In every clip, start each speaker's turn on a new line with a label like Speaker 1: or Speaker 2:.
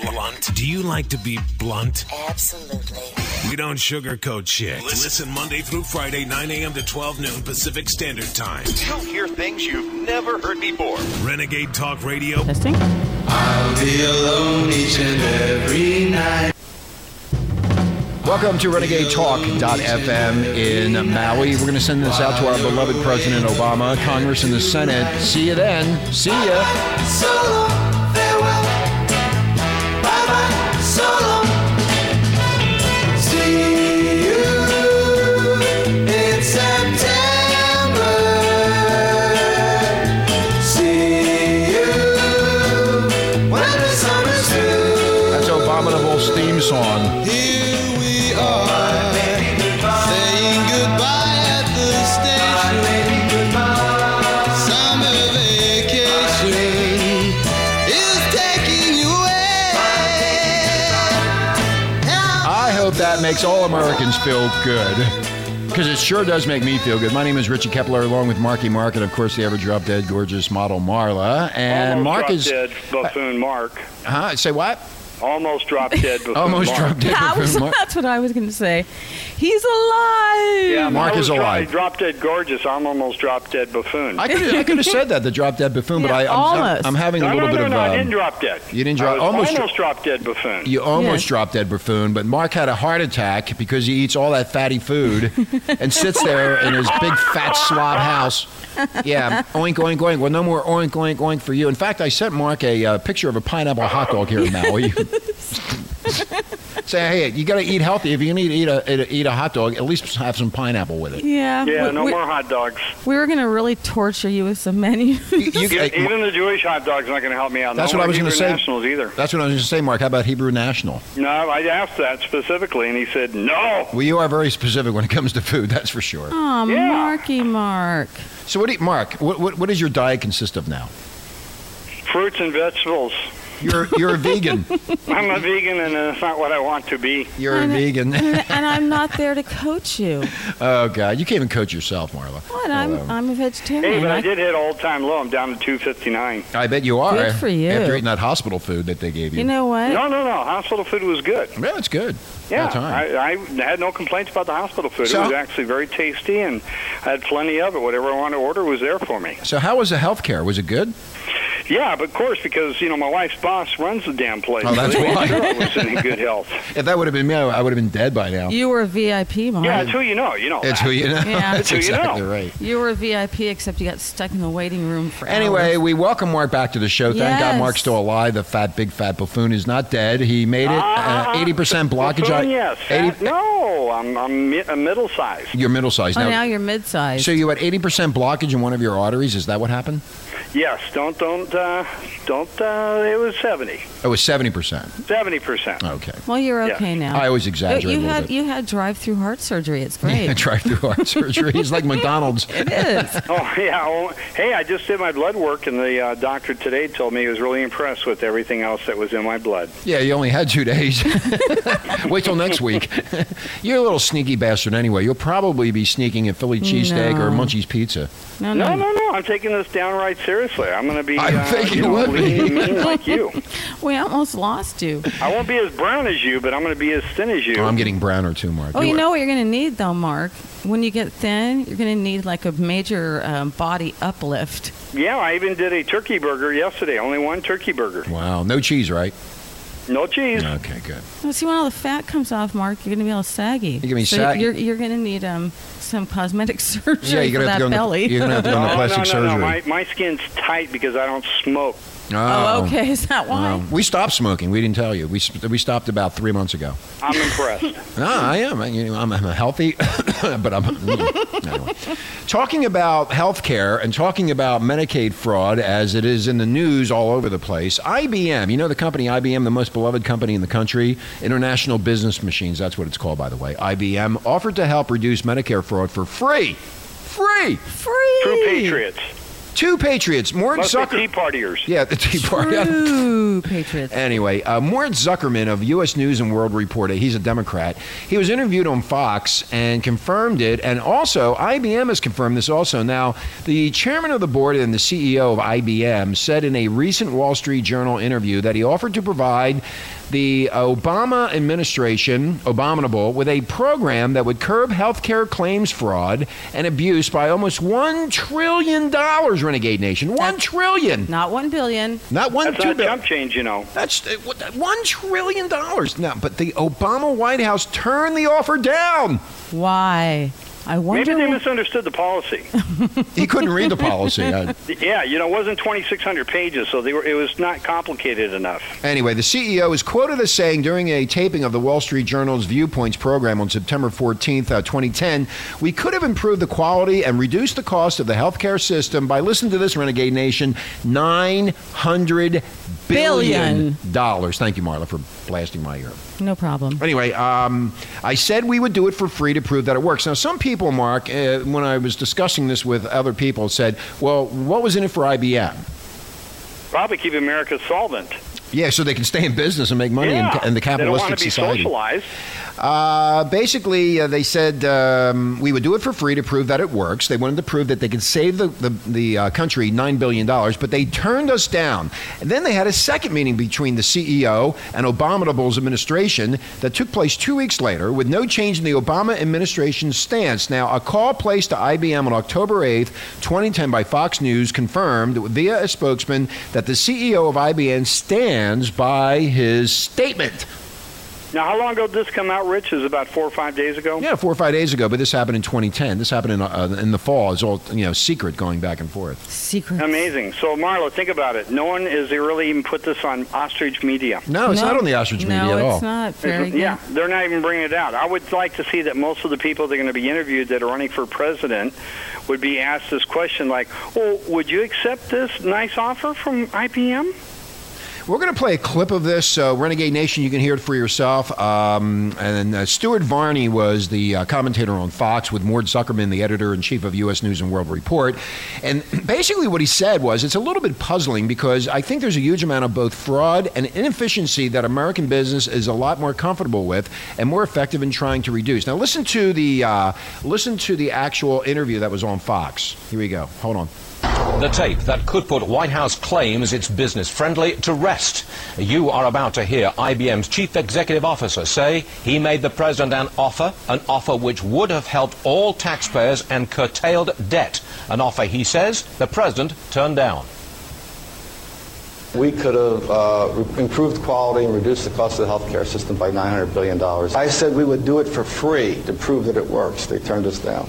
Speaker 1: blunt? Do you like to be blunt?
Speaker 2: Absolutely.
Speaker 1: We don't sugarcoat shit. Listen Monday through Friday, 9 a.m. to 12 noon Pacific Standard Time.
Speaker 3: You'll hear things you've never heard before.
Speaker 1: Renegade Talk Radio.
Speaker 4: Testing.
Speaker 5: I'll be alone each and every night.
Speaker 6: Welcome to RenegadeTalk.fm in Maui. We're going to send this out to our beloved President Obama, Congress, and the Senate. See you then. See ya.
Speaker 5: So long, farewell. Bye bye, so long. See you in September. See you when the summer's through.
Speaker 6: That's Obama's theme song.
Speaker 5: Here we are, saying goodbye at the station. Summer vacation is taking you away. Now
Speaker 6: I hope that makes all Americans feel good. Because it sure does make me feel good. My name is Richie Kepler, along with Marky Mark, and of course the ever drop dead gorgeous model Marla. And
Speaker 7: Almost
Speaker 6: Mark
Speaker 7: drop
Speaker 6: is,
Speaker 7: dead buffoon Mark.
Speaker 6: huh? Say what?
Speaker 7: Almost drop dead buffoon
Speaker 6: Almost
Speaker 7: Mark.
Speaker 6: drop dead.
Speaker 4: Yeah, I was,
Speaker 6: Mark.
Speaker 4: that's what I was going to say. He's alive.
Speaker 7: Yeah,
Speaker 6: Mark
Speaker 7: I was
Speaker 6: is
Speaker 7: trying
Speaker 6: alive.
Speaker 7: to Drop dead gorgeous. I'm almost drop dead buffoon.
Speaker 6: I could I could have said that the drop dead buffoon, but
Speaker 4: Yeah,
Speaker 6: I, I'm,
Speaker 4: almost.
Speaker 6: I'm having a
Speaker 7: no,
Speaker 6: little
Speaker 7: no,
Speaker 6: bit
Speaker 7: no,
Speaker 6: of
Speaker 7: no, I
Speaker 6: um,
Speaker 7: didn't drop dead.
Speaker 6: you didn't drop-
Speaker 7: I was
Speaker 6: almost dro-
Speaker 7: almost drop dead buffoon.
Speaker 6: You almost
Speaker 4: Yeah.
Speaker 6: dropped dead buffoon, but Mark had a heart attack because he eats all that fatty food and sits there in his big fat slob house. Yeah, oink, oink, oink. Well, no more oink, oink, oink for you. In fact, I sent Mark a uh, picture of a pineapple hot dog here in Maui. Say, hey, you got to eat healthy. If you're going to eat a, eat a hot dog, at least have some pineapple with it.
Speaker 4: Yeah.
Speaker 7: yeah,
Speaker 4: we,
Speaker 7: no
Speaker 4: we,
Speaker 7: more hot dogs.
Speaker 4: we were going to really torture you with some menu.
Speaker 6: You, you-
Speaker 7: Yeah,
Speaker 6: hey,
Speaker 7: even the Jewish hot dog's not going to help me out.
Speaker 6: That's
Speaker 7: no
Speaker 6: what I
Speaker 7: more
Speaker 6: was gonna
Speaker 7: Hebrew
Speaker 6: say.
Speaker 7: Nationals either.
Speaker 6: that's what I was going to say, Mark. How about Hebrew National?
Speaker 7: No, I asked that specifically, and he said no.
Speaker 6: Well, you are very specific when it comes to food, that's for sure.
Speaker 4: Aw,
Speaker 7: Yeah.
Speaker 4: Marky Mark.
Speaker 6: So, what do you, Mark, what, what, what does your diet consist of now?
Speaker 7: Fruits and vegetables.
Speaker 6: You're you're a vegan.
Speaker 7: I'm a vegan, and it's not what I want to be.
Speaker 6: You're a
Speaker 4: And-
Speaker 6: vegan.
Speaker 4: And, and I'm not there to coach you.
Speaker 6: Oh God, you can't even coach yourself, Marla.
Speaker 4: What? I'm,
Speaker 6: Hello.
Speaker 4: I'm a vegetarian.
Speaker 7: Hey, but I
Speaker 4: I-
Speaker 7: did hit all-time low. I'm down to 259.
Speaker 6: I bet you are.
Speaker 4: Good for you.
Speaker 6: After eating that hospital food that they gave you.
Speaker 4: you know what?
Speaker 7: No, no, no. Hospital food was good.
Speaker 6: yeah, it's good.
Speaker 7: Yeah,
Speaker 6: About time.
Speaker 7: I, I had no complaints about the hospital food.
Speaker 6: So-
Speaker 7: it was actually very tasty, and I had plenty of it. Whatever I wanted to order was there for me.
Speaker 6: so how was the health care? Was it good?
Speaker 7: Yeah, but of course, because you know my wife's boss runs the damn place.
Speaker 6: Oh, that's
Speaker 7: so they made
Speaker 6: why.
Speaker 7: Sure it was in good health.
Speaker 6: If that would have been me, I would have been dead by now.
Speaker 4: You were a VIP, Mark.
Speaker 7: Yeah, it's who you know. You know.
Speaker 6: It's
Speaker 7: that.
Speaker 6: who you know.
Speaker 4: Yeah.
Speaker 6: That's
Speaker 7: Who you know.
Speaker 6: exactly right.
Speaker 4: You were a VIP, except you got stuck in the waiting room for
Speaker 6: Anyway,
Speaker 4: hours.
Speaker 6: we welcome Mark back to the show. Thank God
Speaker 4: Yes.
Speaker 6: Mark's still alive. The fat, big fat buffoon is not dead. He made it.
Speaker 7: Ah,
Speaker 6: uh, Eighty percent blockage.
Speaker 7: Buffoon,
Speaker 6: I-
Speaker 7: yes.
Speaker 6: 80
Speaker 7: Fat- no, I'm I'm mi- a middle size.
Speaker 6: You're middle sized
Speaker 4: Oh, now,
Speaker 6: now.
Speaker 4: you're mid-sized.
Speaker 6: so you had eighty percent blockage in one of your arteries. Is that what happened?
Speaker 7: Yes. Don't don't uh, don't. Uh, it was 70,
Speaker 6: It was seventy percent.
Speaker 7: 70 percent.
Speaker 6: Okay.
Speaker 4: well, you're
Speaker 7: Yeah.
Speaker 4: okay now.
Speaker 6: I always
Speaker 4: You-
Speaker 6: exaggerate a
Speaker 4: Uh, you
Speaker 6: little
Speaker 4: had
Speaker 6: bit.
Speaker 4: you had drive-through heart surgery. It's great.
Speaker 6: Yeah, drive through heart surgery. He's like McDonald's.
Speaker 4: It is.
Speaker 7: Oh yeah. Well, hey, I just did my blood work, and the uh, doctor today told me he was really impressed with everything else that was in my blood.
Speaker 6: Yeah, you only had two days. Wait till next week. You're a little sneaky bastard anyway. You'll probably be sneaking a Philly cheesesteak or
Speaker 4: No.
Speaker 6: Munchie's pizza.
Speaker 4: No,
Speaker 7: No,
Speaker 4: no,
Speaker 7: no, no. I'm taking this downright seriously. I'm going to be.
Speaker 6: Mm. I
Speaker 7: uh,
Speaker 6: think
Speaker 7: you
Speaker 6: you
Speaker 7: know,
Speaker 6: would be.
Speaker 7: lean and mean like you.
Speaker 4: We almost lost you.
Speaker 7: I won't be as brown as you, but I'm going to be as thin as you.
Speaker 6: Oh, I'm getting browner too, Mark.
Speaker 4: Oh, you know what you're going to need though, Mark. When you get thin, you're going to need like a major um, body uplift.
Speaker 7: yeah, I even did a turkey burger yesterday. Only one turkey burger.
Speaker 6: Wow, no cheese, right?
Speaker 7: No cheese.
Speaker 6: Okay, good.
Speaker 4: Well, see, when all the fat comes off, Mark, you're going to be all saggy. You're
Speaker 6: gonna be
Speaker 4: so
Speaker 6: saggy.
Speaker 4: You're, you're going to need um, some cosmetic surgery
Speaker 6: Yeah, you're gonna
Speaker 4: for that
Speaker 6: have to go.
Speaker 4: belly.
Speaker 6: In the, you're gonna have to go
Speaker 7: No,
Speaker 6: into
Speaker 7: no,
Speaker 6: plastic
Speaker 7: no, no.
Speaker 6: surgery.
Speaker 7: My, my skin's tight because I don't smoke.
Speaker 4: oh,
Speaker 6: Um,
Speaker 4: okay. Is that why?
Speaker 6: Wow. We stopped smoking. We didn't tell you. We, s- we stopped about three months ago.
Speaker 7: I'm impressed.
Speaker 6: No, I am. I, you know, I'm, I'm a healthy, but I'm. anyway. Talking about health care and talking about Medicaid fraud as it is in the news all over the place. IBM, you know the company IBM, the most beloved company in the country, International Business Machines, that's what it's called, by the way. IBM offered to help reduce Medicare fraud for free. Free!
Speaker 4: Free.
Speaker 7: True patriots.
Speaker 6: Two Patriots, Warren
Speaker 7: Mostly
Speaker 6: Zucker.
Speaker 7: tea partiers.
Speaker 6: yeah, the Tea Party.
Speaker 4: True patriots.
Speaker 6: Anyway, uh, Mort Zuckerman of U.S. News and World Report, he's a Democrat. He was interviewed on Fox and confirmed it, and also IBM has confirmed this. Also, now the chairman of the board and the CEO of IBM said in a recent Wall Street Journal interview that he offered to provide the Obama administration, abominable, with a program that would curb healthcare claims fraud and abuse by almost one trillion dollars. Renegade Nation, one
Speaker 4: That's-
Speaker 6: trillion,
Speaker 4: Not one billion.
Speaker 6: not one
Speaker 7: That's
Speaker 6: two
Speaker 7: not
Speaker 6: bill-
Speaker 7: chump change, you know.
Speaker 6: that's uh, what- one trillion dollars now. But the Obama White House turned the offer down.
Speaker 4: Why? I
Speaker 7: Maybe
Speaker 4: wonder.
Speaker 7: they misunderstood the policy.
Speaker 6: He couldn't read the policy. Uh,
Speaker 7: yeah, you know, it wasn't 2,600 pages, so they were. It was not complicated enough.
Speaker 6: Anyway, the CEO is quoted as saying during a taping of the Wall Street Journal's Viewpoints program on September 14th, uh, 2010, we could have improved the quality and reduced the cost of the healthcare system by, listen to this, Renegade Nation, $900 billion.
Speaker 4: Billion.
Speaker 6: Thank you, Marla, for blasting my ear.
Speaker 4: no problem.
Speaker 6: Anyway, um, I said we would do it for free to prove that it works. Now, some people, Mark, uh, when I was discussing this with other people, said, well, what was in it for IBM?
Speaker 7: Probably keep America solvent.
Speaker 6: Yeah, so they can stay in business and make money
Speaker 7: yeah.
Speaker 6: in, in the
Speaker 7: they don't
Speaker 6: capitalistic
Speaker 7: want to be
Speaker 6: society.
Speaker 7: socialized.
Speaker 6: Uh, basically, uh, they said um, we would do it for free to prove that it works. They wanted to prove that they could save the, the, the uh, country $9 billion, but they turned us down. And then they had a second meeting between the CEO and Abominable's administration that took place two weeks later with no change in the Obama administration's stance. Now, a call placed to IBM on October 8th, 2010, by Fox News confirmed via a spokesman that the CEO of IBM stands by his statement.
Speaker 7: Now, how long ago did this come out, Rich? Is about four or five days ago?
Speaker 6: Yeah, four or five days ago, but this happened in 2010. This happened in uh, in the fall. It's all you know, secret going back and forth.
Speaker 4: Secret.
Speaker 7: Amazing. So, Marlo, think about it. No one has really even put this on ostrich media.
Speaker 6: No, it's not on the ostrich
Speaker 4: no,
Speaker 6: media at all.
Speaker 4: it's not. Very good.
Speaker 7: Yeah, they're not even bringing it out. I would like to see that most of the people that are going to be interviewed that are running for president would be asked this question like, well, would you accept this nice offer from IBM?
Speaker 6: We're going to play a clip of this, so Renegade Nation, you can hear it for yourself. Um, and uh, Stuart Varney was the uh, commentator on Fox with Mort Zuckerman, the editor in chief of U.S. News and World Report. And basically, what he said was it's a little bit puzzling because I think there's a huge amount of both fraud and inefficiency that American business is a lot more comfortable with and more effective in trying to reduce. Now, listen to the uh, listen to the actual interview that was on Fox. Here we go. Hold on.
Speaker 2: The tape that could put White House claims it's business friendly to rest. You are about to hear IBM's chief executive officer say he made the president an offer, an offer which would have helped all taxpayers and curtailed debt. An offer he says the president turned down.
Speaker 8: We could have uh, re- improved quality and reduced the cost of the healthcare system by $900 billion. I said we would do it for free to prove that it works. They turned us down.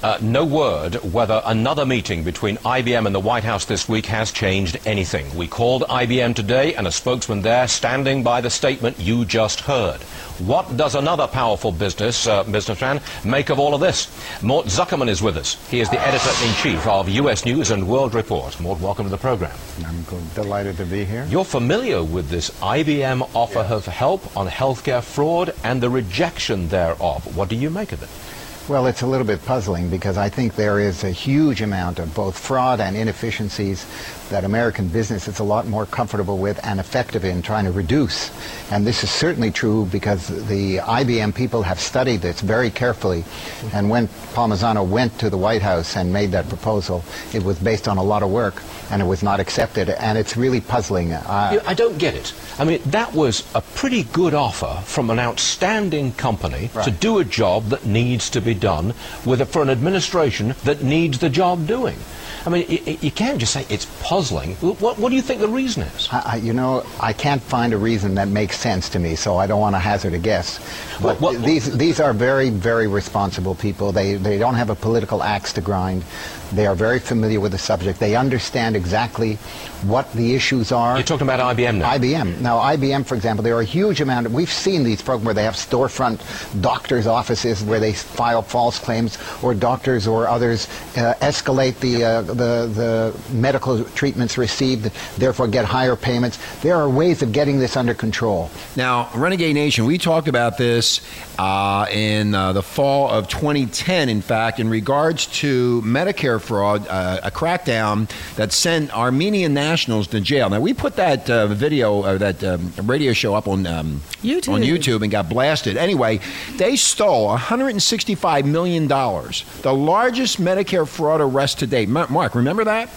Speaker 2: Uh, no word whether another meeting between IBM and the White House this week has changed anything. We called IBM today, and a spokesman there standing by the statement you just heard. What does another powerful business uh, businessman make of all of this? Mort Zuckerman is with us. He is the editor-in-chief of U.S. News and World Report. Mort, welcome to the program.
Speaker 8: I'm delighted to be here.
Speaker 2: You're familiar with this IBM offer of help on healthcare fraud and the rejection thereof. What do you make of it?
Speaker 9: Well, it's a little bit puzzling because I think there is a huge amount of both fraud and inefficiencies that American business is a lot more comfortable with and effective in trying to reduce. And this is certainly true because the IBM people have studied this very carefully. And when Palmisano went to the White House and made that proposal, it was based on a lot of work and it was not accepted. And it's really puzzling. Uh,
Speaker 2: You- I don't get it. I mean, that was a pretty good offer from an outstanding company to
Speaker 9: Right.
Speaker 2: do a job that needs to be done with a, for an administration that needs the job doing. I mean, you, you can't just say it's puzzling. Wh- What, what do you think the reason is?
Speaker 9: I, I, you know, I can't find a reason that makes sense to me, so I don't want to hazard a guess. But
Speaker 2: Well, well-
Speaker 9: these these are very very responsible people. They they don't have a political axe to grind. They are very familiar with the subject. They understand exactly what the issues are.
Speaker 2: You're talking about IBM now.
Speaker 9: IBM. Now, IBM, for example, there are a huge amount of, we've seen these programs where they have storefront doctors' offices where they file false claims or doctors or others uh, escalate the, uh, the, the medical treatments received, therefore get higher payments. There are ways of getting this under control.
Speaker 6: Now, Renegade Nation, we talked about this uh, in uh, the fall of 2010, in fact, in regards to Medicare healthcare fraud, uh, a crackdown that sent Armenian nationals to jail. Now we put that uh, video, uh, that um, radio show up on um,
Speaker 4: YouTube.
Speaker 6: on YouTube and got blasted. Anyway, they stole 165 million dollars, the largest Medicare fraud arrest to date. Ma- Mark, remember that?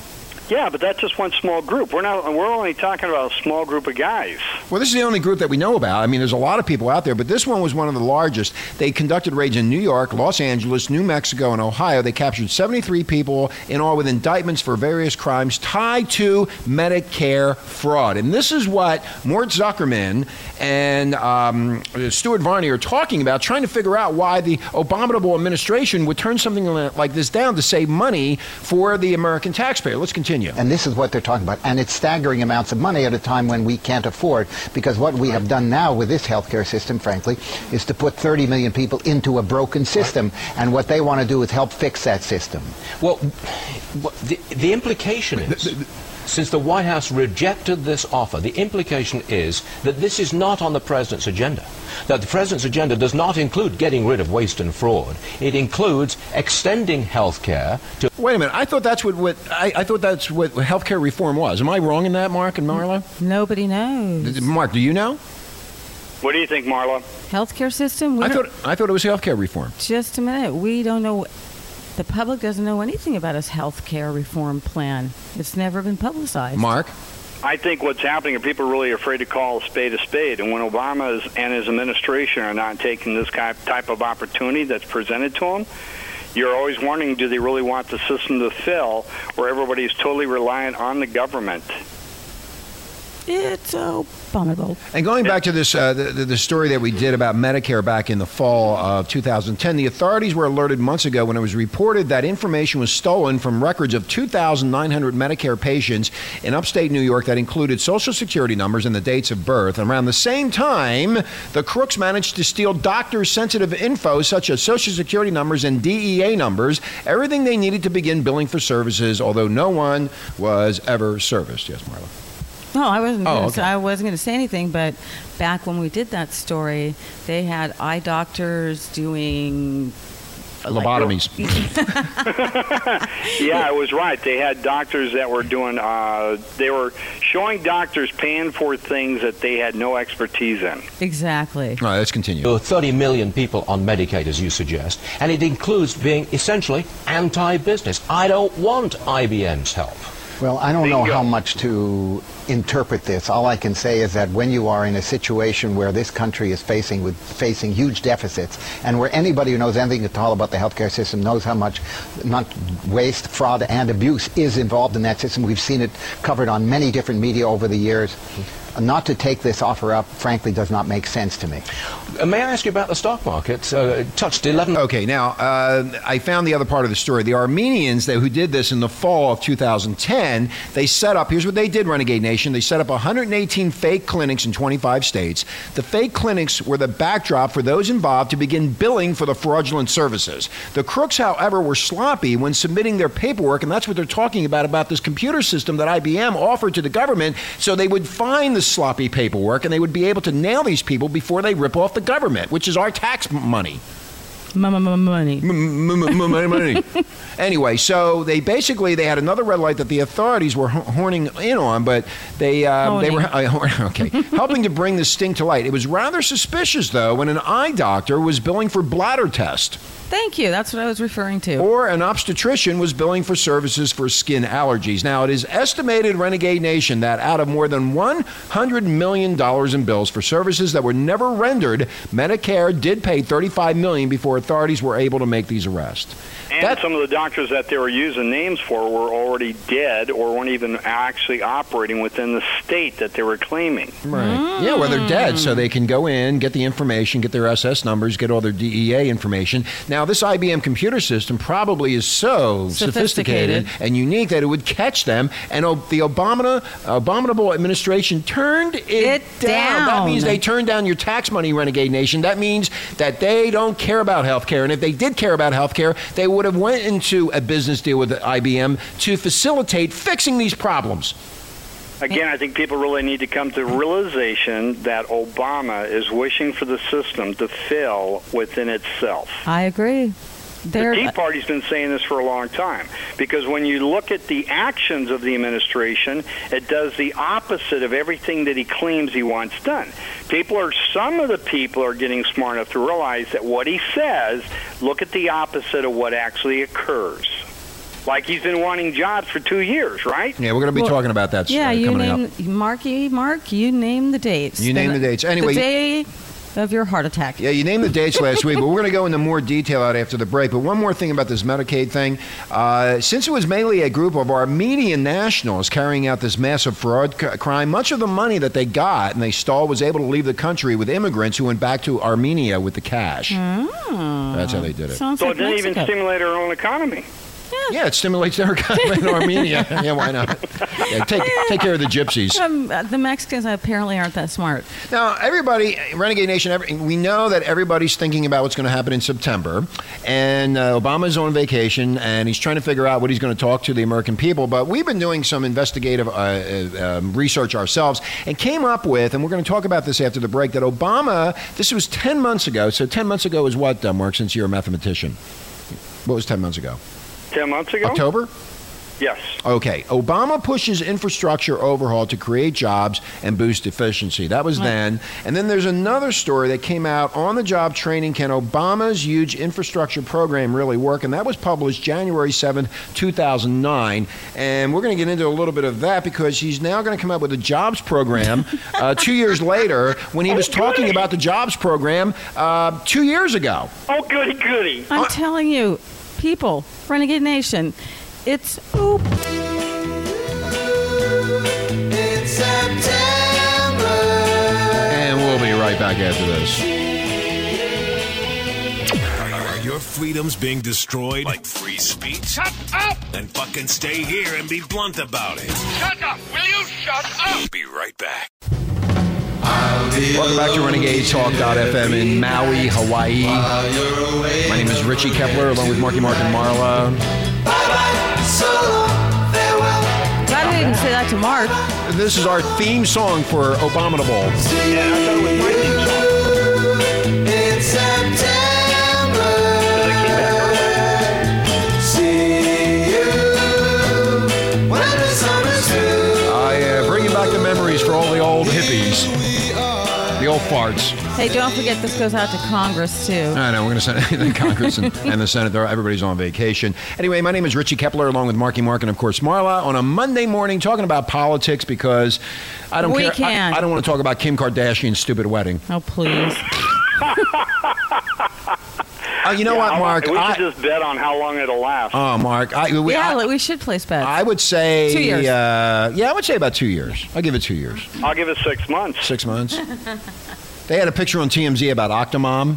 Speaker 7: Yeah, but that's just one small group. We're not. We're only talking about a small group of guys.
Speaker 6: Well, this is the only group that we know about. I mean, there's a lot of people out there, but this one was one of the largest. They conducted raids in New York, Los Angeles, New Mexico, and Ohio. They captured 73 people in all with indictments for various crimes tied to Medicare fraud. And this is what Mort Zuckerman and um, Stuart Varney are talking about, trying to figure out why the abominable administration would turn something like this down to save money for the American taxpayer. Let's continue.
Speaker 9: And this is what they're talking about. And it's staggering amounts of money at a time when we can't afford, because what we have done now with this healthcare system, frankly, is to put 30 million people into a broken system. And what they want to do is help fix that system.
Speaker 2: Well, what- the, the implication is, since the White House rejected this offer, the implication is that this is not on the president's agenda. That the president's agenda does not include getting rid of waste and fraud. It includes extending health care to
Speaker 6: Wait a minute. I thought that's what, what I, I thought that's what healthcare reform was. Am I wrong in that, Mark and Marla?
Speaker 4: Nobody knows.
Speaker 6: Mark, do you know?
Speaker 7: What do you think, Marla?
Speaker 4: Healthcare system? We
Speaker 6: I
Speaker 4: don't-
Speaker 6: thought I thought it was healthcare reform.
Speaker 4: Just a minute. We don't know. The public doesn't know anything about his health care reform plan. It's never been publicized.
Speaker 6: Mark,
Speaker 7: I think what's happening are people are really afraid to call a spade a spade. And when Obama is, and his administration are not taking this ki- type of opportunity that's presented to them, you're always wondering do they really want the system to fail where everybody's totally reliant on the government?
Speaker 4: It's abominable.
Speaker 6: and going back to this uh, the, the the story that we did about Medicare back in the fall of 2010, the authorities were alerted months ago when it was reported that information was stolen from records of 2,900 Medicare patients in upstate New York that included social security numbers and the dates of birth. And around the same time, the crooks managed to steal doctors' sensitive info such as social security numbers and DEA numbers, everything they needed to begin billing for services, although no one was ever serviced. Yes, Marla.
Speaker 4: No, I wasn't.
Speaker 6: Oh,
Speaker 4: gonna,
Speaker 6: okay.
Speaker 4: say- I wasn't going to say anything. But back when we did that story, they had eye doctors doing like-
Speaker 6: Lobotomies.
Speaker 7: Yeah, I was right. They had doctors that were doing, uh, they were showing doctors paying for things that they had no expertise in.
Speaker 4: exactly.
Speaker 6: All right, let's continue.
Speaker 2: There are 30 million people on Medicaid, as you suggest, and it includes being essentially anti business. I don't want IBM's help.
Speaker 9: Well, I don't know
Speaker 7: Bingo.
Speaker 9: how much to interpret this. All I can say is that when you are in a situation where this country is facing with facing huge deficits, and where anybody who knows anything at all about the healthcare system knows how much not waste, fraud, and abuse is involved in that system, we've seen it covered on many different media over the years. Not to take this offer up, frankly, does not make sense to me.
Speaker 2: Uh, May I ask you about the stock market? Uh, it touched 11.
Speaker 6: Okay, now uh, I found the other part of the story. The Armenians that, who did this in the fall of 2010, they set up. Here's what they did, Renegade Nation. They set up 118 fake clinics in 25 states. The fake clinics were the backdrop for those involved to begin billing for the fraudulent services. The crooks, however, were sloppy when submitting their paperwork, and that's what they're talking about about this computer system that IBM offered to the government, so they would find the sloppy paperwork and they would be able to nail these people before they rip off the government, which is our tax m- money.
Speaker 4: Money.
Speaker 6: M- m- m- money, money. anyway, so they basically they had another red light that the authorities were h- horning in on, but they um, they were uh, horn- okay helping to bring this sting to light. It was rather suspicious though when an eye doctor was billing for bladder test
Speaker 4: Thank you. That's what I was referring to.
Speaker 6: or an obstetrician was billing for services for skin allergies. Now it is estimated Renegade Nation that out of more than 100 million dollars in bills for services that were never rendered, Medicare did pay 35 million before authorities were able to make these arrests.
Speaker 7: And
Speaker 6: That-
Speaker 7: some of the doctors that they were using names for were already dead or weren't even actually operating within the state that they were claiming.
Speaker 6: Right. Yeah, well, they're dead, so they can go in, get the information, get their SS numbers, get all their DEA information. Now, this IBM computer system probably is so sophisticated,
Speaker 4: Sophisticated.
Speaker 6: and unique that it would catch them, and ob- the Obama, abominable administration turned it,
Speaker 4: It
Speaker 6: That
Speaker 4: down.
Speaker 6: means they turned down your tax money, Renegade Nation. That means that they don't care about health care, and if they did care about health care, they would have went into a business deal with IBM to facilitate fixing these problems.
Speaker 7: Again, I think people really need to come to the realization that Obama is wishing for the system to fail within itself.
Speaker 4: I agree. There-
Speaker 7: the Tea Party's been saying this for a long time because when you look at the actions of the administration, it does the opposite of everything that he claims he wants done. People are some of the people are getting smart enough to realize that what he says, look at the opposite of what actually occurs. Like he's been wanting jobs for two years, right?
Speaker 6: Yeah, we're going to be
Speaker 4: Well,
Speaker 6: talking about that.
Speaker 4: yeah,
Speaker 6: uh,
Speaker 4: you
Speaker 6: coming
Speaker 4: name
Speaker 6: up.
Speaker 4: Marky Mark. You name the dates.
Speaker 6: You name the dates. Anyway,
Speaker 4: the
Speaker 6: you-
Speaker 4: day of your heart attack.
Speaker 6: Yeah, you named the dates last week, but we're going to go into more detail out after the break. But one more thing about this Medicaid thing. Uh, since it was mainly a group of Armenian nationals carrying out this massive fraud c- crime, much of the money that they got and they stole was able to leave the country with immigrants who went back to Armenia with the cash. That's how they did it.
Speaker 4: Sounds
Speaker 7: So it
Speaker 4: like
Speaker 7: didn't even
Speaker 4: Mexico.
Speaker 7: stimulate our own economy.
Speaker 6: yeah, it stimulates their economy in Armenia. Yeah, why not? Yeah, take, take care of the gypsies.
Speaker 4: Um, uh, the Mexicans apparently aren't that smart.
Speaker 6: Now, everybody, Renegade Nation, every, we know that everybody's thinking about what's going to happen in September. And uh, Obama's on vacation, and he's trying to figure out what he's going to talk to the American people. But we've been doing some investigative uh, uh, um, research ourselves and came up with, and we're going to talk about this after the break, that Obama, this was 10 months ago. So 10 months ago is what, uh, Mark, since you're a mathematician? What was 10 months ago?
Speaker 7: Ten months ago?
Speaker 6: October?
Speaker 7: Yes.
Speaker 6: Okay, Obama pushes infrastructure overhaul to create jobs and boost efficiency. That was then. And then there's another story that came out on the job training can Obama's huge infrastructure program really work? And that was published January 7th, 2009. And we're going to get into a little bit of that because he's now going to come up with a jobs program uh, two years later when he was talking
Speaker 7: goody.
Speaker 6: about the jobs program uh, two years ago.
Speaker 7: Oh, goody, goody.
Speaker 4: I'm telling you, people, Renegade Nation, it's oop.
Speaker 5: It's September.
Speaker 6: And we'll be right back after this.
Speaker 1: Are your freedoms being destroyed? Like free speech? Shut up! Then fucking stay here and be blunt about it.
Speaker 10: Shut up! Will you shut up?
Speaker 1: Be right back.
Speaker 6: Welcome back to Renegade Talk.fm in Maui, Hawaii. My name is Richie Kepler, along with Marky Mark and Marla.
Speaker 5: Bye bye, so long, farewell.
Speaker 4: Glad we didn't say that to Mark.
Speaker 6: This is our theme song for Obaminable.
Speaker 7: Yeah, I thought it was my theme song.
Speaker 5: It's September.
Speaker 7: They came back early.
Speaker 5: See you when the summer's through.
Speaker 6: I uh, bring you back the memories for all the old hippies, the old farts.
Speaker 4: Hey, don't forget this goes out to Congress too.
Speaker 6: I know, we're going to send the Congress and, and the Senate. There, everybody's on vacation. Anyway, my name is Richie Kepler, along with Marky Mark and, of course, Marla, on a Monday morning talking about politics because I don't
Speaker 4: We
Speaker 6: care. I-
Speaker 4: can.
Speaker 6: I don't want to talk about Kim Kardashian's stupid wedding.
Speaker 4: Oh please.
Speaker 6: Oh, you know
Speaker 7: How
Speaker 6: what,
Speaker 7: long-
Speaker 6: Mark?
Speaker 7: We
Speaker 6: I-
Speaker 7: should just bet on how long it'll last.
Speaker 6: Oh, Mark. I, we,
Speaker 4: yeah,
Speaker 6: I-
Speaker 4: like, we should place bets.
Speaker 6: I would say
Speaker 4: Two years.
Speaker 6: Uh, yeah, I would say about two years. I'll give it two years,
Speaker 7: I'll give it six months.
Speaker 6: six months. they had a picture on TMZ about Octomom,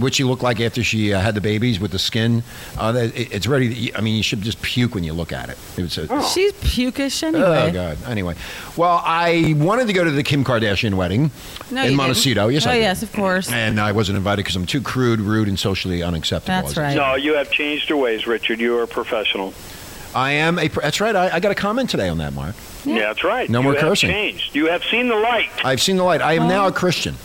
Speaker 6: what she looked like after she uh, had the babies with the skin. Uh, that- it, it's ready. I mean, you should just puke when you look at it. It was a,
Speaker 4: She's pukish
Speaker 6: Oh
Speaker 4: anyway.
Speaker 6: God! Anyway, well, I wanted to go to the Kim Kardashian wedding
Speaker 4: No, you
Speaker 6: in
Speaker 4: didn't.
Speaker 6: Montecito. Yes,
Speaker 4: oh
Speaker 6: I did.
Speaker 4: yes, of course.
Speaker 6: And I wasn't invited because I'm too crude, rude, and socially unacceptable.
Speaker 4: That's
Speaker 6: as I
Speaker 4: right.
Speaker 7: No, you have changed your ways, Richard. You are a professional.
Speaker 6: I am a. pr- That's right. I, I got a comment today on that, Mark.
Speaker 7: Yeah, that's right.
Speaker 6: No
Speaker 7: you
Speaker 6: more
Speaker 7: have
Speaker 6: cursing.
Speaker 7: Changed. You have seen the light.
Speaker 6: I've seen the light. I am now a Christian.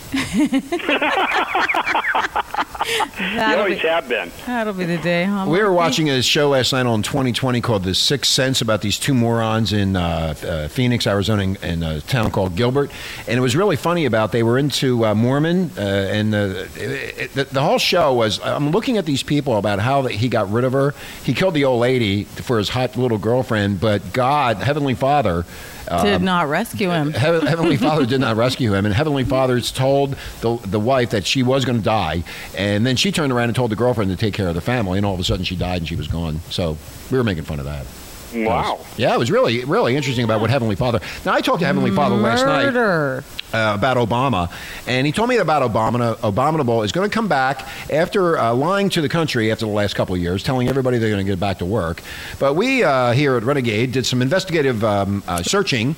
Speaker 7: You
Speaker 4: That'll,
Speaker 7: always
Speaker 4: be,
Speaker 7: have been.
Speaker 4: that'll be the day, huh?
Speaker 6: We were
Speaker 4: Marky?
Speaker 6: watching a show last night on 2020 called The Sixth Sense about these two morons in uh, uh, Phoenix, Arizona, in, in a town called Gilbert. And it was really funny about they were into uh, Mormon, uh, and uh, it, it, the, the whole show was I'm looking at these people about how that he got rid of her. He killed the old lady for his hot little girlfriend, but God, Heavenly Father, um,
Speaker 4: Did not rescue him.
Speaker 6: Heaven, Heavenly Father did not rescue him, and Heavenly Father's told the the wife that she was going to die, and then she turned around and told the girlfriend to take care of the family, and all of a sudden she died and she was gone. So we were making fun of that.
Speaker 7: Wow.
Speaker 6: Yeah, it was really really interesting about what Heavenly Father. Now I talked to Heavenly Father last night
Speaker 4: Murder.
Speaker 6: uh, about Obama, and he told me about Obama. Abominable is going to come back after uh, lying to the country after the last couple of years, telling everybody they're going to get back to work. But we uh, here at Renegade did some investigative um, uh, searching,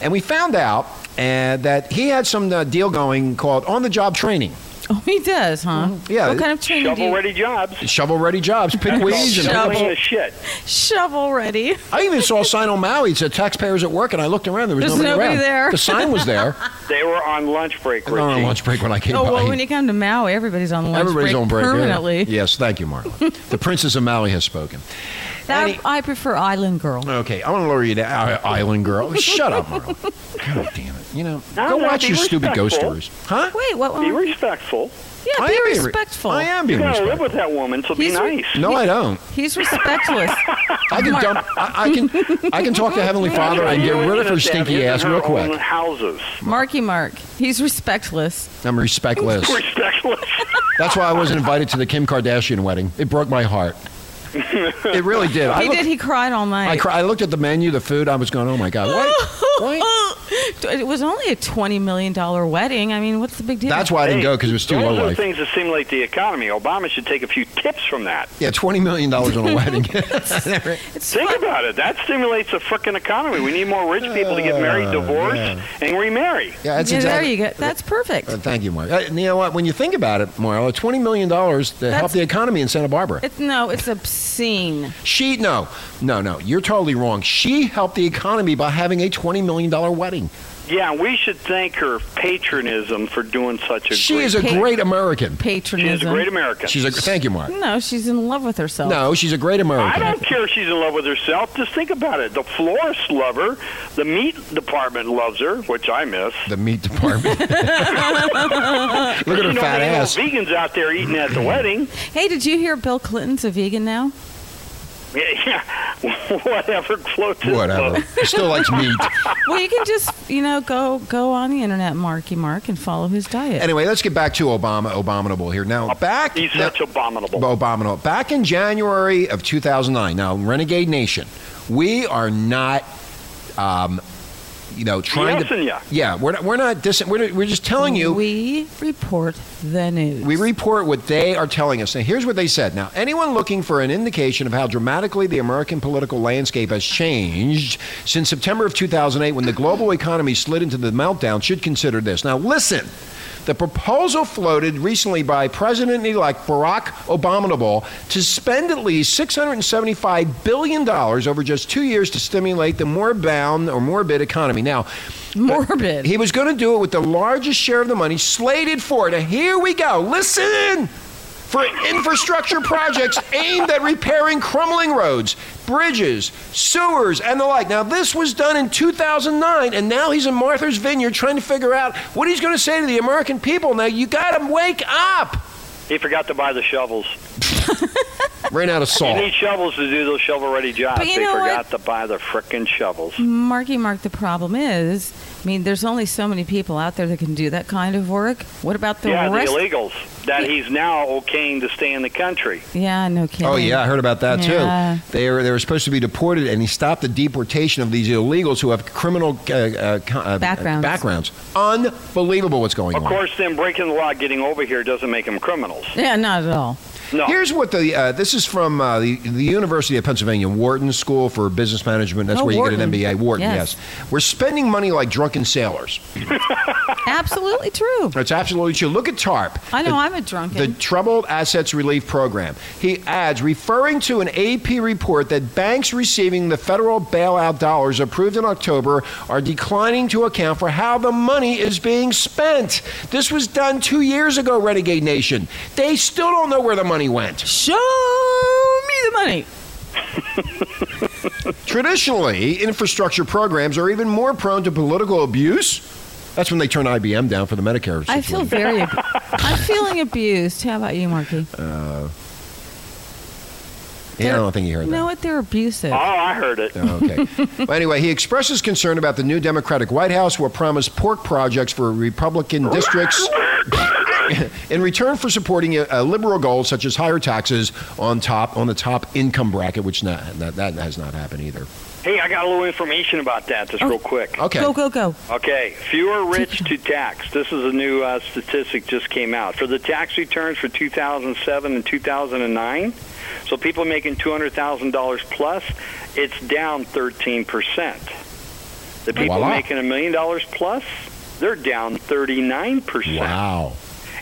Speaker 6: and we found out uh, that he had some uh, deal going called on-the-job training.
Speaker 4: Oh, he does, huh?
Speaker 6: Mm, Yeah.
Speaker 4: What kind of training do you-
Speaker 7: Shovel-ready jobs.
Speaker 6: Shovel-ready jobs, pick weeds, and
Speaker 4: shovel.
Speaker 7: Shoveling the shit.
Speaker 4: Shovel ready.
Speaker 6: I even saw a sign on Maui. It said taxpayers at work, and I looked around. There was
Speaker 4: There's
Speaker 6: nobody,
Speaker 4: nobody
Speaker 6: around.
Speaker 4: there.
Speaker 6: The sign was there.
Speaker 7: They were on lunch break,
Speaker 6: I was on
Speaker 7: Richie.
Speaker 6: lunch break when I came
Speaker 4: Oh,
Speaker 6: by.
Speaker 4: well, when you come to Maui, everybody's on lunch
Speaker 6: Everybody's
Speaker 4: break
Speaker 6: on break yeah.
Speaker 4: permanently.
Speaker 6: Yes, thank you, Marla. the princess of Maui has spoken.
Speaker 4: That,
Speaker 6: Any-
Speaker 4: I prefer Island Girl.
Speaker 6: Okay, I want to lower you to I- Island Girl. Shut up, Marla. God damn it. You know,
Speaker 7: No,
Speaker 6: go
Speaker 7: no,
Speaker 6: watch
Speaker 7: be
Speaker 6: your stupid ghost
Speaker 7: respectful.
Speaker 6: stories. Huh?
Speaker 4: Wait, what?
Speaker 7: Be respectful.
Speaker 4: yeah,
Speaker 6: I
Speaker 4: be
Speaker 6: am being re-
Speaker 4: respectful.
Speaker 6: I am
Speaker 7: You
Speaker 6: being
Speaker 7: gotta live
Speaker 6: respectful.
Speaker 7: with that woman, so be
Speaker 4: He's re-
Speaker 7: nice.
Speaker 6: No, I don't.
Speaker 4: He's respectless.
Speaker 6: I can dump. I, I can. I can talk to Heavenly Father and get rid of her stinky ass real
Speaker 7: Own
Speaker 6: quick.
Speaker 7: houses.
Speaker 4: Marky Mark. He's respectless.
Speaker 6: I'm respectless.
Speaker 7: Respectless.
Speaker 6: That's why I wasn't invited to the Kim Kardashian wedding. It broke my heart. It really did. I
Speaker 4: he
Speaker 6: looked,
Speaker 4: did. He cried all night.
Speaker 6: I, cry, I looked at the menu, the food. I was going, oh my god, what? what?
Speaker 4: it was only a twenty million dollar wedding. I mean, what's the big deal?
Speaker 6: That's why I didn't
Speaker 7: Hey,
Speaker 6: go because it was too
Speaker 7: Those
Speaker 6: low
Speaker 7: are the
Speaker 6: life.
Speaker 7: things that simulate the economy. Obama should take a few tips from that.
Speaker 6: Yeah, twenty million dollars on a wedding.
Speaker 4: It's
Speaker 7: Think
Speaker 4: fun.
Speaker 7: about it. That stimulates the frickin' economy. We need more rich people to get
Speaker 6: Ah,
Speaker 7: married, divorced, and remarry.
Speaker 6: Yeah, that's
Speaker 4: Yeah, there
Speaker 6: exactly.
Speaker 4: you go. That's perfect.
Speaker 6: Uh, thank you, Mark. Uh, and you know what? When you think about it, Marla, twenty million dollars to help
Speaker 4: That's-
Speaker 6: the economy in Santa Barbara.
Speaker 4: It's no, it's obscene.
Speaker 6: She no, no, no. You're totally wrong. She helped the economy by having a twenty million dollar wedding.
Speaker 7: Yeah, we should thank her patronism for doing such a
Speaker 6: She
Speaker 7: great
Speaker 6: is a
Speaker 4: Kate-
Speaker 6: great American.
Speaker 7: She
Speaker 4: Patronism.
Speaker 7: is a great American.
Speaker 6: She's a thank you, Mark.
Speaker 4: no, she's in love with herself.
Speaker 6: No, she's a great
Speaker 7: I
Speaker 6: American.
Speaker 7: don't care if she's in love with herself. Just think about it. The florist love her. The meat department loves her, which I miss.
Speaker 6: The meat department. Look at
Speaker 7: you
Speaker 6: her
Speaker 7: know,
Speaker 6: fat
Speaker 7: there ain't no
Speaker 6: ass.
Speaker 7: vegans out there eating at the wedding.
Speaker 4: Hey, did you hear Bill Clinton's a vegan now?
Speaker 7: Yeah, yeah. whatever floats his
Speaker 6: Whatever.
Speaker 7: boat.
Speaker 6: She still likes meat.
Speaker 4: well, you can just you know go go on the internet, Marky Mark, and follow his diet.
Speaker 6: Anyway, let's get back to Obama, abominable here. Now, back.
Speaker 7: Oh, He's
Speaker 6: now-
Speaker 7: such abominable.
Speaker 6: Abominable. Back in January of 2009. Now, Renegade Nation, we are not, um, you know, trying to.
Speaker 7: Yesing ya.
Speaker 6: Yeah, we're not. We're not. Dis- we're, we're just telling you.
Speaker 4: we report the news.
Speaker 6: We report what they are telling us. Now, here's what they said. Now, anyone looking for an indication of how dramatically the American political landscape has changed since September of 2008, when the global economy slid into the meltdown, should consider this. Now, listen. The proposal floated recently by President elect Barack Obama to spend at least $675 billion over just two years to stimulate the more bound or morbid economy. Now,
Speaker 4: Morbid.
Speaker 6: he was going to do it with the largest share of the money slated for it. Now, here we go. Listen. For infrastructure projects aimed at repairing crumbling roads, bridges, sewers, and the like. Now, this was done in 2009, and now he's in Martha's Vineyard trying to figure out what he's going to say to the American people. Now, you got to wake up.
Speaker 7: He forgot to buy the shovels.
Speaker 6: Ran out of
Speaker 7: You
Speaker 6: salt.
Speaker 7: need shovels to do those shovel-ready jobs.
Speaker 4: But you
Speaker 7: they
Speaker 4: know Mm,
Speaker 7: forgot to buy the frickin' shovels.
Speaker 4: Marky Mark, the problem is, I mean, there's only so many people out there that can do that kind of work. What about the
Speaker 7: yeah,
Speaker 4: rest?
Speaker 7: the illegals that he's now okaying to stay in the country.
Speaker 4: yeah, no kidding.
Speaker 6: Oh yeah, I heard about that
Speaker 4: Yeah.
Speaker 6: too. They were they were supposed to be deported, and he stopped the deportation of these illegals who have criminal uh, uh, co- uh,
Speaker 4: Backgrounds.
Speaker 6: backgrounds. Unbelievable, what's going
Speaker 7: Of
Speaker 6: on?
Speaker 7: course, them breaking the law, getting over here, doesn't make them criminals.
Speaker 4: Yeah, not at all.
Speaker 7: No.
Speaker 6: Here's what the uh, this is from uh, the, the University of Pennsylvania Wharton School for Business Management. That's
Speaker 4: Oh,
Speaker 6: where you get an
Speaker 4: Wharton.
Speaker 6: MBA. Wharton, yes.
Speaker 4: Yes.
Speaker 6: We're spending money like drunken sailors.
Speaker 4: Absolutely true.
Speaker 6: That's absolutely true. Look at TARP.
Speaker 4: I know
Speaker 6: The-
Speaker 4: I'm a
Speaker 6: the
Speaker 4: drunken.
Speaker 6: Troubled Assets Relief Program. He adds, referring to an AP report that banks receiving the federal bailout dollars approved in October are declining to account for how the money is being spent. This was done two years ago, Renegade Nation. They still don't know where the money went.
Speaker 4: Show me the money.
Speaker 6: Traditionally, infrastructure programs are even more prone to political abuse. That's when they turn IBM down for the Medicare.
Speaker 4: I feel
Speaker 6: situation.
Speaker 4: very. ab- I'm feeling abused. How about you, Marky?
Speaker 6: Yeah, I don't think you heard
Speaker 4: You
Speaker 6: that.
Speaker 4: know what? They're abusive.
Speaker 7: Oh, I heard it.
Speaker 6: Oh, okay. well, anyway, he expresses concern about the new Democratic White House will promise pork projects for Republican districts in return for supporting a, a liberal goals such as higher taxes on top on the top income bracket, which not, that, that has not happened either.
Speaker 7: Hey, I got a little information about that
Speaker 4: Oh.
Speaker 7: just real quick.
Speaker 6: Okay.
Speaker 4: Go go go.
Speaker 7: Okay, fewer rich to tax. This is a new uh, statistic just came out for the tax returns for 2007 and 2009. So people making $200,000 plus, it's down 13 percent. The people
Speaker 6: Voila.
Speaker 7: making a million dollars plus, they're down 39 percent.
Speaker 6: Wow.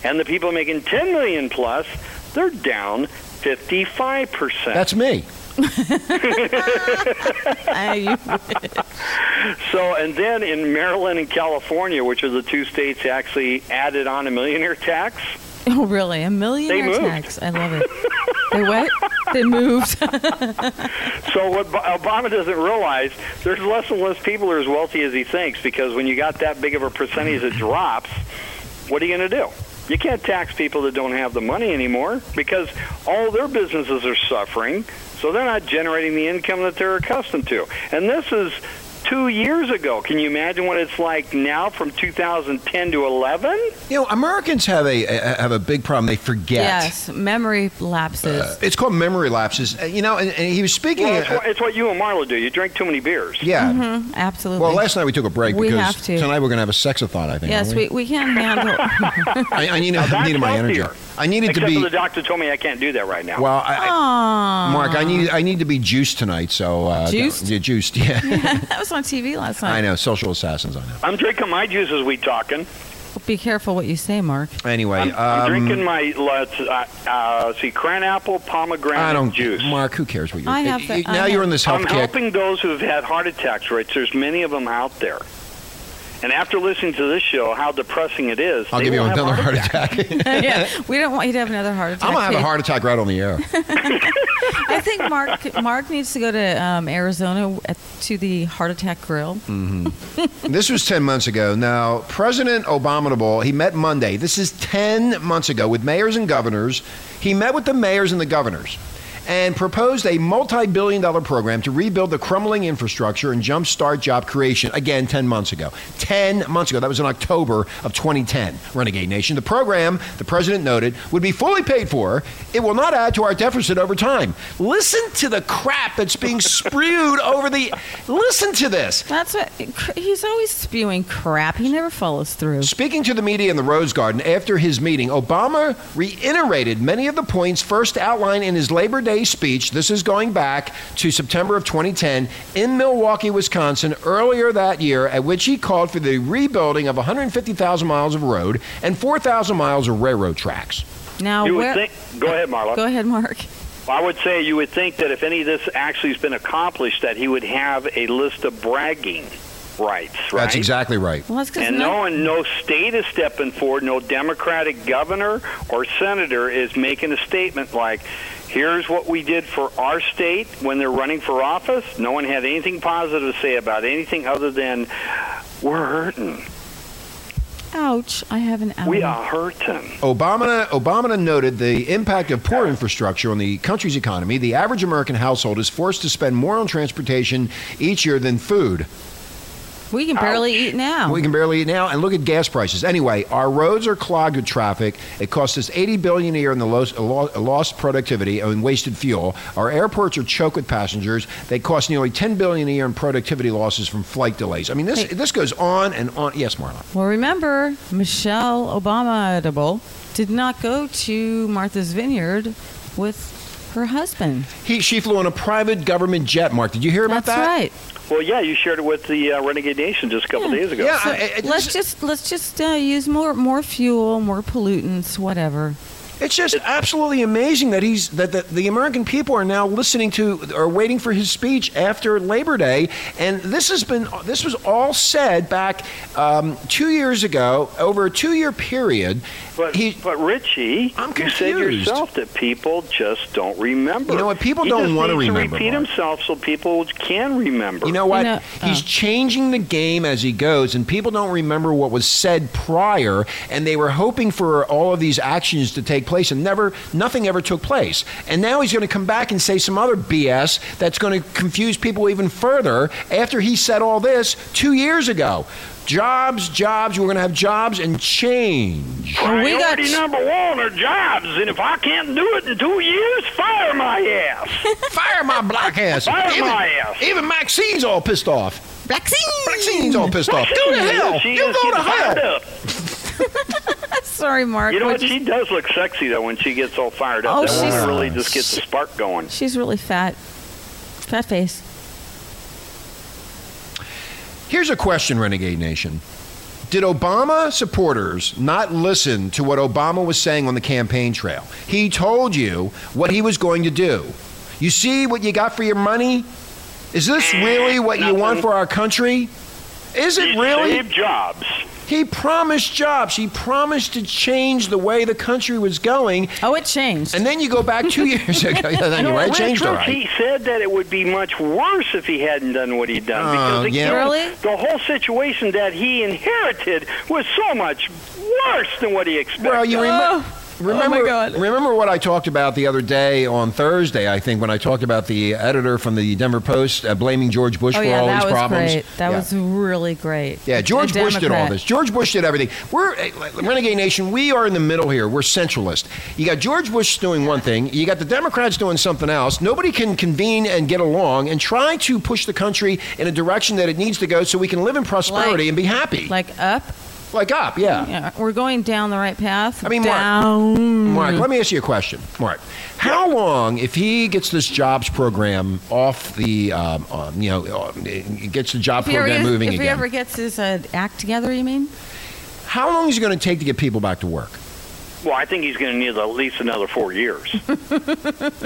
Speaker 7: and the people making 10 million plus, they're down 55%.
Speaker 6: That's me.
Speaker 7: So, and then in Maryland and California, which are the two states that actually added on a millionaire tax,
Speaker 4: Oh, really? A millionaire
Speaker 7: moved.
Speaker 4: tax. I love it. they what? They moved.
Speaker 7: So what Bo- Obama doesn't realize, there's less and less people who are as wealthy as he thinks because when you got that big of a percentage that drops, what are you going to do? You can't tax people that don't have the money anymore because all their businesses are suffering, so they're not generating the income that they're accustomed to. And this is two years ago. Can you imagine what it's like now from 2010 to 11?
Speaker 6: You know, Americans have a, a have a big problem. They forget.
Speaker 4: yes, memory lapses.
Speaker 6: Uh, it's called memory lapses. Uh, You know, and, and he was speaking.
Speaker 7: Well, it's,
Speaker 6: uh,
Speaker 7: what, it's what you and Marla do. You drink too many beers.
Speaker 6: yeah.
Speaker 4: Mhm, absolutely.
Speaker 6: Well, last night we took a break
Speaker 4: We
Speaker 6: because
Speaker 4: have to.
Speaker 6: tonight we're going to have a sexathon. I think.
Speaker 4: yes,
Speaker 6: aren't
Speaker 4: we, we can handle.
Speaker 6: I, I need,
Speaker 7: Now,
Speaker 6: I
Speaker 7: that's
Speaker 6: needed my energy.
Speaker 7: healthier.
Speaker 6: I needed to
Speaker 7: Except
Speaker 6: be.
Speaker 7: for the doctor told me I can't do that right now.
Speaker 6: Well, I, I-
Speaker 4: Aw.
Speaker 6: Mark, I need I need to be juiced tonight. So uh,
Speaker 4: Juiced?
Speaker 6: Yeah, juiced. Yeah.
Speaker 4: that was on TV last night.
Speaker 6: I know. Social assassins. I know.
Speaker 7: I'm drinking my juice as we talking.
Speaker 4: Be careful what you say, Mark.
Speaker 6: Anyway,
Speaker 7: I'm, I'm
Speaker 6: um,
Speaker 7: drinking my let's uh, uh, see, cranapple pomegranate
Speaker 6: I don't.
Speaker 7: juice.
Speaker 6: Mark, who cares what you're?
Speaker 4: I have to-
Speaker 6: you-
Speaker 4: I
Speaker 6: now
Speaker 4: have-
Speaker 6: you're in this health
Speaker 7: I'm
Speaker 6: kick.
Speaker 7: helping those who have had heart attacks. Right, there's many of them out there. And after listening to this show, how depressing it is.
Speaker 6: I'll
Speaker 7: they
Speaker 6: give you
Speaker 7: will have
Speaker 6: another
Speaker 7: heart
Speaker 6: heart attack.
Speaker 4: yeah, we don't want you to have another heart attack.
Speaker 6: I'm gonna have a
Speaker 4: Pete.
Speaker 6: heart attack right on the air.
Speaker 4: I think Mark Mark needs to go to um, Arizona at, to the Heart Attack Grill.
Speaker 6: This was 10 months ago. Now, President Obamatable, he met Monday. This is 10 months ago with mayors and governors. He met with the mayors and the governors and proposed a multi billion dollar program to rebuild the crumbling infrastructure and jumpstart job creation. Again, 10 months ago. 10 months ago. That was in October of 2010. Renegade Nation. The program, the president noted, would be fully paid for. It will not add to our deficit over time. Listen to the crap that's being spewed over the. Listen to this.
Speaker 4: That's what he's always spewing crap. He never follows through.
Speaker 6: Speaking to the media in the Rose Garden after his meeting, Obama reiterated many of the points first outlined in his Labor Day speech. This is going back to September of 2010 in Milwaukee, Wisconsin, earlier that year, at which he called for the rebuilding of 150,000 miles of road and 4,000 miles of railroad tracks.
Speaker 4: Now,
Speaker 7: You
Speaker 4: where?
Speaker 7: would think. Go ahead, Marla.
Speaker 4: Go ahead, Mark.
Speaker 7: I would say you would think that if any of this actually has been accomplished, that he would have a list of bragging rights. Right.
Speaker 6: That's exactly right.
Speaker 4: Well, that's because
Speaker 7: And no one, no state is stepping forward. No Democratic governor or senator is making a statement like, "Here's what we did for our state." When they're running for office, no one had anything positive to say about anything other than, "We're hurting.
Speaker 4: ouch! I have an ouch.
Speaker 7: We are hurting."
Speaker 6: Obama, Obama noted the impact of poor infrastructure on the country's economy. The average American household is forced to spend more on transportation each year than food.
Speaker 4: We can barely eat now.
Speaker 6: We can barely eat now. And look at gas prices. Anyway, our roads are clogged with traffic. It costs us 80 billion a year in the los- lo- lost productivity and wasted fuel. Our airports are choked with passengers. They cost nearly 10 billion a year in productivity losses from flight delays. I mean, this
Speaker 4: Hey.
Speaker 6: this goes on and on. Yes, Marla.
Speaker 4: well, remember Michelle Obama did not go to Martha's Vineyard with her husband.
Speaker 6: He, she flew on a private government jet. Mark, did you hear about
Speaker 4: That's
Speaker 6: that?
Speaker 4: right.
Speaker 7: Well, yeah, you shared it with the uh, Renegade Nation just a couple
Speaker 4: Yeah.
Speaker 7: days ago.
Speaker 6: Yeah,
Speaker 4: So
Speaker 6: I- I-
Speaker 4: let's
Speaker 6: this-
Speaker 4: just let's just uh, use more more fuel, more pollutants, whatever.
Speaker 6: It's just absolutely amazing that he's that the, the American people are now listening to or waiting for his speech after Labor Day, and this has been this was all said back um, two years ago over a two-year period.
Speaker 7: But,
Speaker 6: he,
Speaker 7: but Richie,
Speaker 6: I'm
Speaker 7: you said
Speaker 6: confused.
Speaker 7: yourself that people just don't remember.
Speaker 6: You know what? People
Speaker 7: He
Speaker 6: don't
Speaker 7: just
Speaker 6: wanna
Speaker 7: needs
Speaker 6: remember,
Speaker 7: repeat
Speaker 6: Mark.
Speaker 7: himself so people can remember.
Speaker 6: you know what?
Speaker 4: You know-
Speaker 6: he's
Speaker 4: oh.
Speaker 6: changing the game as he goes, and people don't remember what was said prior, and they were hoping for all of these actions to take place, and never nothing ever took place. And now he's going to come back and say some other BS that's going to confuse people even further after he said all this two years ago. Jobs, jobs, we're going to have jobs and change.
Speaker 4: Well, we got-
Speaker 7: Priority number one are jobs, and if I can't do it in two years, fire my ass.
Speaker 6: Fire my black ass.
Speaker 7: Fire
Speaker 6: even,
Speaker 7: my ass.
Speaker 6: Even Maxine's all pissed off. Maxine's all pissed off. Go to hell.
Speaker 7: She
Speaker 6: You
Speaker 7: is
Speaker 6: go to
Speaker 7: getting fired
Speaker 6: hell.
Speaker 7: up.
Speaker 4: Sorry, Mark.
Speaker 7: You know
Speaker 4: We're
Speaker 7: what?
Speaker 4: just-
Speaker 7: She does look sexy though when she gets all fired up.
Speaker 4: Oh,
Speaker 7: that
Speaker 4: she's-
Speaker 7: woman really just gets the spark going.
Speaker 4: She's really fat. Fat face.
Speaker 6: Here's a question, Renegade Nation. Did Obama supporters not listen to what Obama was saying on the campaign trail? He told you what he was going to do. You see what you got for your money? Is this really what you want for our country? Is it
Speaker 7: He
Speaker 6: really?
Speaker 7: saved jobs.
Speaker 6: He promised jobs. He promised to change the way the country was going.
Speaker 4: Oh, it changed.
Speaker 6: And then you go back two years ago. Yeah, then you're
Speaker 7: No,
Speaker 6: right. It
Speaker 7: Lance
Speaker 6: changed all
Speaker 7: Rhodes,
Speaker 6: right.
Speaker 7: He said that it would be much worse if he hadn't done what he'd done.
Speaker 6: Oh,
Speaker 7: because it
Speaker 6: yeah.
Speaker 7: killed-
Speaker 4: Really?
Speaker 7: The whole situation that he inherited was so much worse than what he expected.
Speaker 6: Well, you
Speaker 4: Oh,
Speaker 6: remember. Remember,
Speaker 4: God.
Speaker 6: remember what I talked about the other day on Thursday, I think, when I talked about the editor from the Denver Post uh, blaming George Bush
Speaker 4: oh
Speaker 6: for
Speaker 4: yeah,
Speaker 6: all
Speaker 4: that
Speaker 6: these
Speaker 4: was
Speaker 6: problems.
Speaker 4: great. That
Speaker 6: Yeah.
Speaker 4: was really great.
Speaker 6: Yeah, George
Speaker 4: The
Speaker 6: Bush did all
Speaker 4: Democrat.
Speaker 6: this. George Bush did everything. We're eh, Renegade Nation. We are in the middle here. We're centralist. You got George Bush doing one thing. You got the Democrats doing something else. Nobody can convene and get along and try to push the country in a direction that it needs to go, so we can live in prosperity
Speaker 4: Like-
Speaker 6: and be happy. Like,
Speaker 4: Like up,
Speaker 6: up, yeah.
Speaker 4: yeah, we're going down the right path.
Speaker 6: I mean, Mark-
Speaker 4: down.
Speaker 6: Mark, let me ask you a question. Mark, how long, if he gets this jobs program off the, um, um, you know, uh, gets the job
Speaker 4: if he, ever
Speaker 6: program
Speaker 4: gets,
Speaker 6: moving
Speaker 4: if he
Speaker 6: again?
Speaker 4: ever gets his uh, act together, you mean?
Speaker 6: how long is it going to take to get people back to work?
Speaker 7: Well, I think he's going to need at least another four years.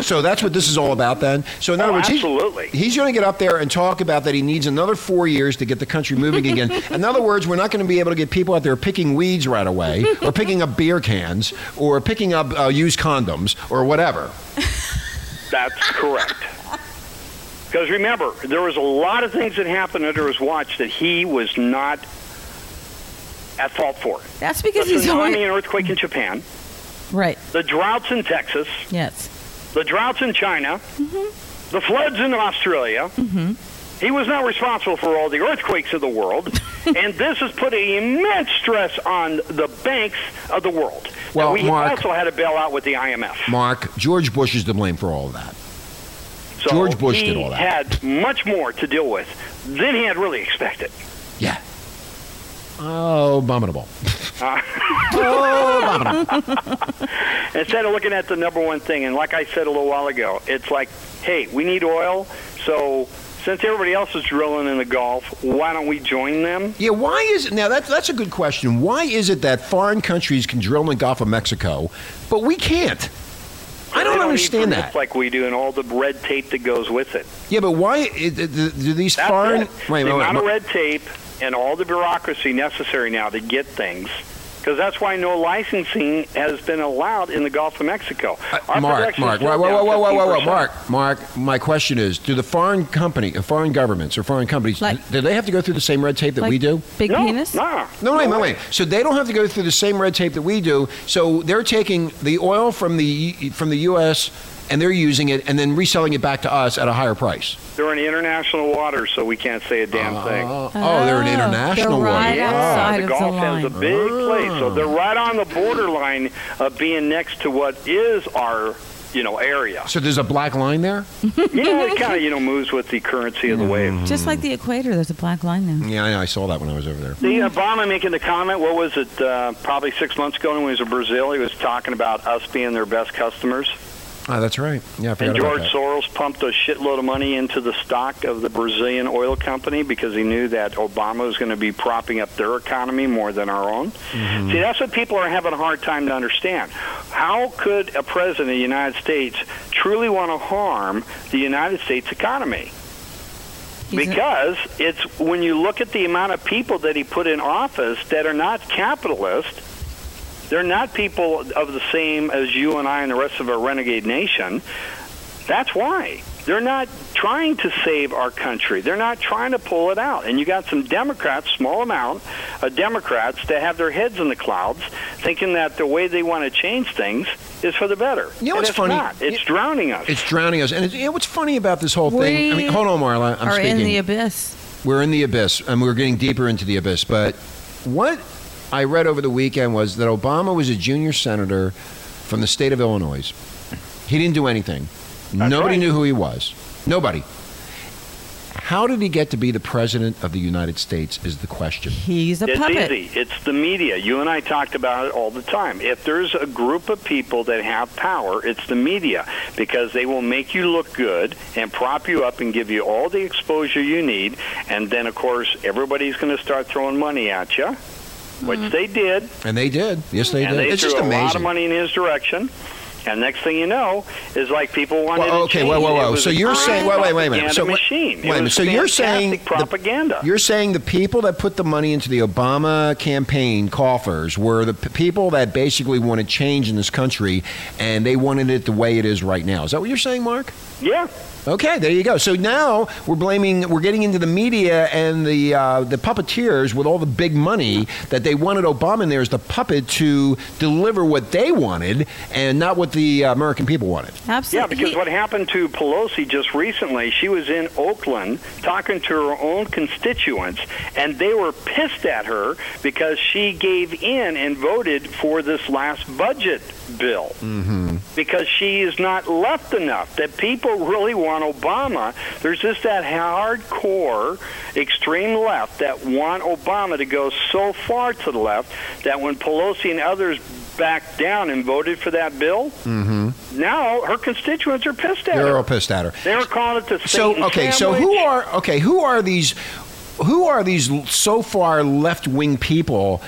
Speaker 6: So that's what this is all about then. So in other
Speaker 7: Oh,
Speaker 6: words, he's-
Speaker 7: absolutely.
Speaker 6: he's, going to get up there and talk about that he needs another four years to get the country moving again. in other words, we're not going to be able to get people out there picking weeds right away, or picking up beer cans, or picking up uh, used condoms, or whatever.
Speaker 7: That's correct. Because remember, there was a lot of things that happened under his watch that he was not at fault for.
Speaker 4: That's
Speaker 7: The
Speaker 4: because he's
Speaker 7: tsunami
Speaker 4: always
Speaker 7: and earthquake in Japan,
Speaker 4: right.
Speaker 7: the droughts in Texas,
Speaker 4: Yes.
Speaker 7: the droughts in China, the floods in Australia. He was not responsible for all the earthquakes of the world, and this has put an immense stress on the banks of the world.
Speaker 6: Well,
Speaker 7: Now, we
Speaker 6: Mark-
Speaker 7: also had a bailout with the IMF.
Speaker 6: Mark, George Bush is to blame for all of that.
Speaker 7: So
Speaker 6: George Bush
Speaker 7: he
Speaker 6: did all that.
Speaker 7: had much more to deal with than he had really expected.
Speaker 6: Yeah. Oh, abominable. Oh,
Speaker 7: Instead of looking at the number one thing, and like I said a little while ago, it's like, hey, we need oil, so since everybody else is drilling in the Gulf, why don't we join them?
Speaker 6: Yeah, why is it now? That's that's a good question. Why is it that foreign countries can drill in the Gulf of Mexico, but we can't? I
Speaker 7: They
Speaker 6: don't
Speaker 7: need
Speaker 6: understand
Speaker 7: permits
Speaker 6: that.
Speaker 7: Like we do, and all the red tape that goes with it.
Speaker 6: Yeah, but why it, it, do do these
Speaker 7: That's
Speaker 6: foreign?
Speaker 7: it.
Speaker 6: Wait,
Speaker 7: the
Speaker 6: wait,
Speaker 7: amount
Speaker 6: wait,
Speaker 7: of red tape and all the bureaucracy necessary now to get things. Because that's why no licensing has been allowed in the Gulf of Mexico.
Speaker 6: uh,
Speaker 7: Our
Speaker 6: Mark,
Speaker 7: production
Speaker 6: Mark,
Speaker 7: is
Speaker 6: whoa,
Speaker 7: down
Speaker 6: whoa, whoa, whoa, whoa, whoa,
Speaker 7: 15%.
Speaker 6: Mark, Mark. My question is: Do the foreign company, uh, foreign governments, or foreign companies,
Speaker 4: Like-
Speaker 6: do they have to go through the same red tape that
Speaker 4: Like
Speaker 6: we do?
Speaker 4: Big
Speaker 7: No,
Speaker 4: penis.
Speaker 7: nah.
Speaker 6: No, wait, wait, wait. So they don't have to go through the same red tape that we do. So they're taking the oil from the from the U.S. and they're using it and then reselling it back to us at a higher price.
Speaker 7: They're in international waters, so we can't say a damn thing.
Speaker 6: Oh, they're an
Speaker 4: Oh,
Speaker 6: international
Speaker 4: they're right
Speaker 6: one.
Speaker 4: Yeah.
Speaker 7: Yeah,
Speaker 4: outside
Speaker 7: the
Speaker 4: of the
Speaker 7: Gulf has
Speaker 4: line.
Speaker 7: a big place, so they're right on the borderline of being next to what is our, you know, area.
Speaker 6: So there's a black line there.
Speaker 7: Yeah, it kind of you know moves with the currency of the wave.
Speaker 6: Mm.
Speaker 4: Just like the equator, there's a black line there.
Speaker 6: Yeah, I know. I saw that when I was over there.
Speaker 7: The Obama making the comment, what was it, uh, probably six months ago when he was in Brazil, he was talking about us being their best customers.
Speaker 6: Ah, that's right. Yeah, I forgot
Speaker 7: And
Speaker 6: about
Speaker 7: George
Speaker 6: that.
Speaker 7: Soros pumped a shitload of money into the stock of the Brazilian oil company because he knew that Obama was going to be propping up their economy more than our own.
Speaker 6: Mm-hmm.
Speaker 7: See, that's what people are having a hard time to understand. How could a president of the United States truly want to harm the United States economy?
Speaker 4: He's-
Speaker 7: because it's when you look at the amount of people that he put in office that are not capitalist, they're not people of the same as you and I and the rest of our renegade nation. That's why. They're not trying to save our country. They're not trying to pull it out. And you got some Democrats, small amount of Democrats, that have their heads in the clouds, thinking that the way they want to change things is for the better.
Speaker 6: You know
Speaker 7: And
Speaker 6: what's
Speaker 7: it's
Speaker 6: funny?
Speaker 7: Not. It's
Speaker 6: You-
Speaker 7: drowning us.
Speaker 6: It's drowning us. And it's, you know, what's funny about this whole thing? I
Speaker 4: We
Speaker 6: mean, hold on, Marla. I'm
Speaker 4: are
Speaker 6: speaking.
Speaker 4: in the abyss.
Speaker 6: we're in the abyss, and we're getting deeper into the abyss. But what I read over the weekend was that Obama was a junior senator from the state of Illinois. He didn't do anything. Nobody
Speaker 7: right.
Speaker 6: knew who he was. Nobody. How did he get to be the president of the United States? Is the question.
Speaker 4: He's a
Speaker 7: it's
Speaker 4: puppet.
Speaker 7: easy. It's the media. You and I talked about it all the time. If there's a group of people that have power, it's the media because they will make you look good and prop you up and give you all the exposure you need. And then, of course, everybody's going to start throwing money at you. which they did.
Speaker 6: And they did. Yes, they
Speaker 7: and
Speaker 6: did.
Speaker 7: they
Speaker 6: it's
Speaker 7: threw
Speaker 6: just
Speaker 7: a
Speaker 6: amazing.
Speaker 7: lot of money in his direction. And next thing you know, is like people wanted
Speaker 6: Well, okay,
Speaker 7: to change.
Speaker 6: whoa, whoa,
Speaker 7: It
Speaker 6: whoa.
Speaker 7: was
Speaker 6: So
Speaker 7: a
Speaker 6: you're saying, wait, wait, wait a
Speaker 7: propaganda
Speaker 6: minute. So wait-
Speaker 7: machine. It
Speaker 6: wait a minute.
Speaker 7: was
Speaker 6: So you're saying
Speaker 7: fantastic
Speaker 6: the-
Speaker 7: propaganda.
Speaker 6: You're saying the people that put the money into the Obama campaign coffers were the p- people that basically wanted change in this country, and they wanted it the way it is right now. Is that what you're saying, Mark?
Speaker 7: yeah,
Speaker 6: Okay, there you go. So now we're blaming, we're getting into the media and the uh, the puppeteers with all the big money that they wanted Obama in there as the puppet to deliver what they wanted and not what the uh, American people wanted.
Speaker 7: yeah.
Speaker 4: Absolutely.
Speaker 7: Because what happened to Pelosi just recently? She was in Oakland talking to her own constituents, and they were pissed at her because she gave in and voted for this last budget bill.
Speaker 6: Mm-hmm.
Speaker 7: because she is not left enough. That people really want Obama. There's just that hardcore extreme left that want Obama to go so far to the left that when Pelosi and others backed down and voted for that bill,
Speaker 6: Mm-hmm.
Speaker 7: now her constituents are pissed at
Speaker 6: They're all
Speaker 7: her.
Speaker 6: pissed at her.
Speaker 7: They were calling it the
Speaker 6: So
Speaker 7: Satan
Speaker 6: okay, so
Speaker 7: sandwich.
Speaker 6: who are okay? Who are these? Who are these so far left wing people?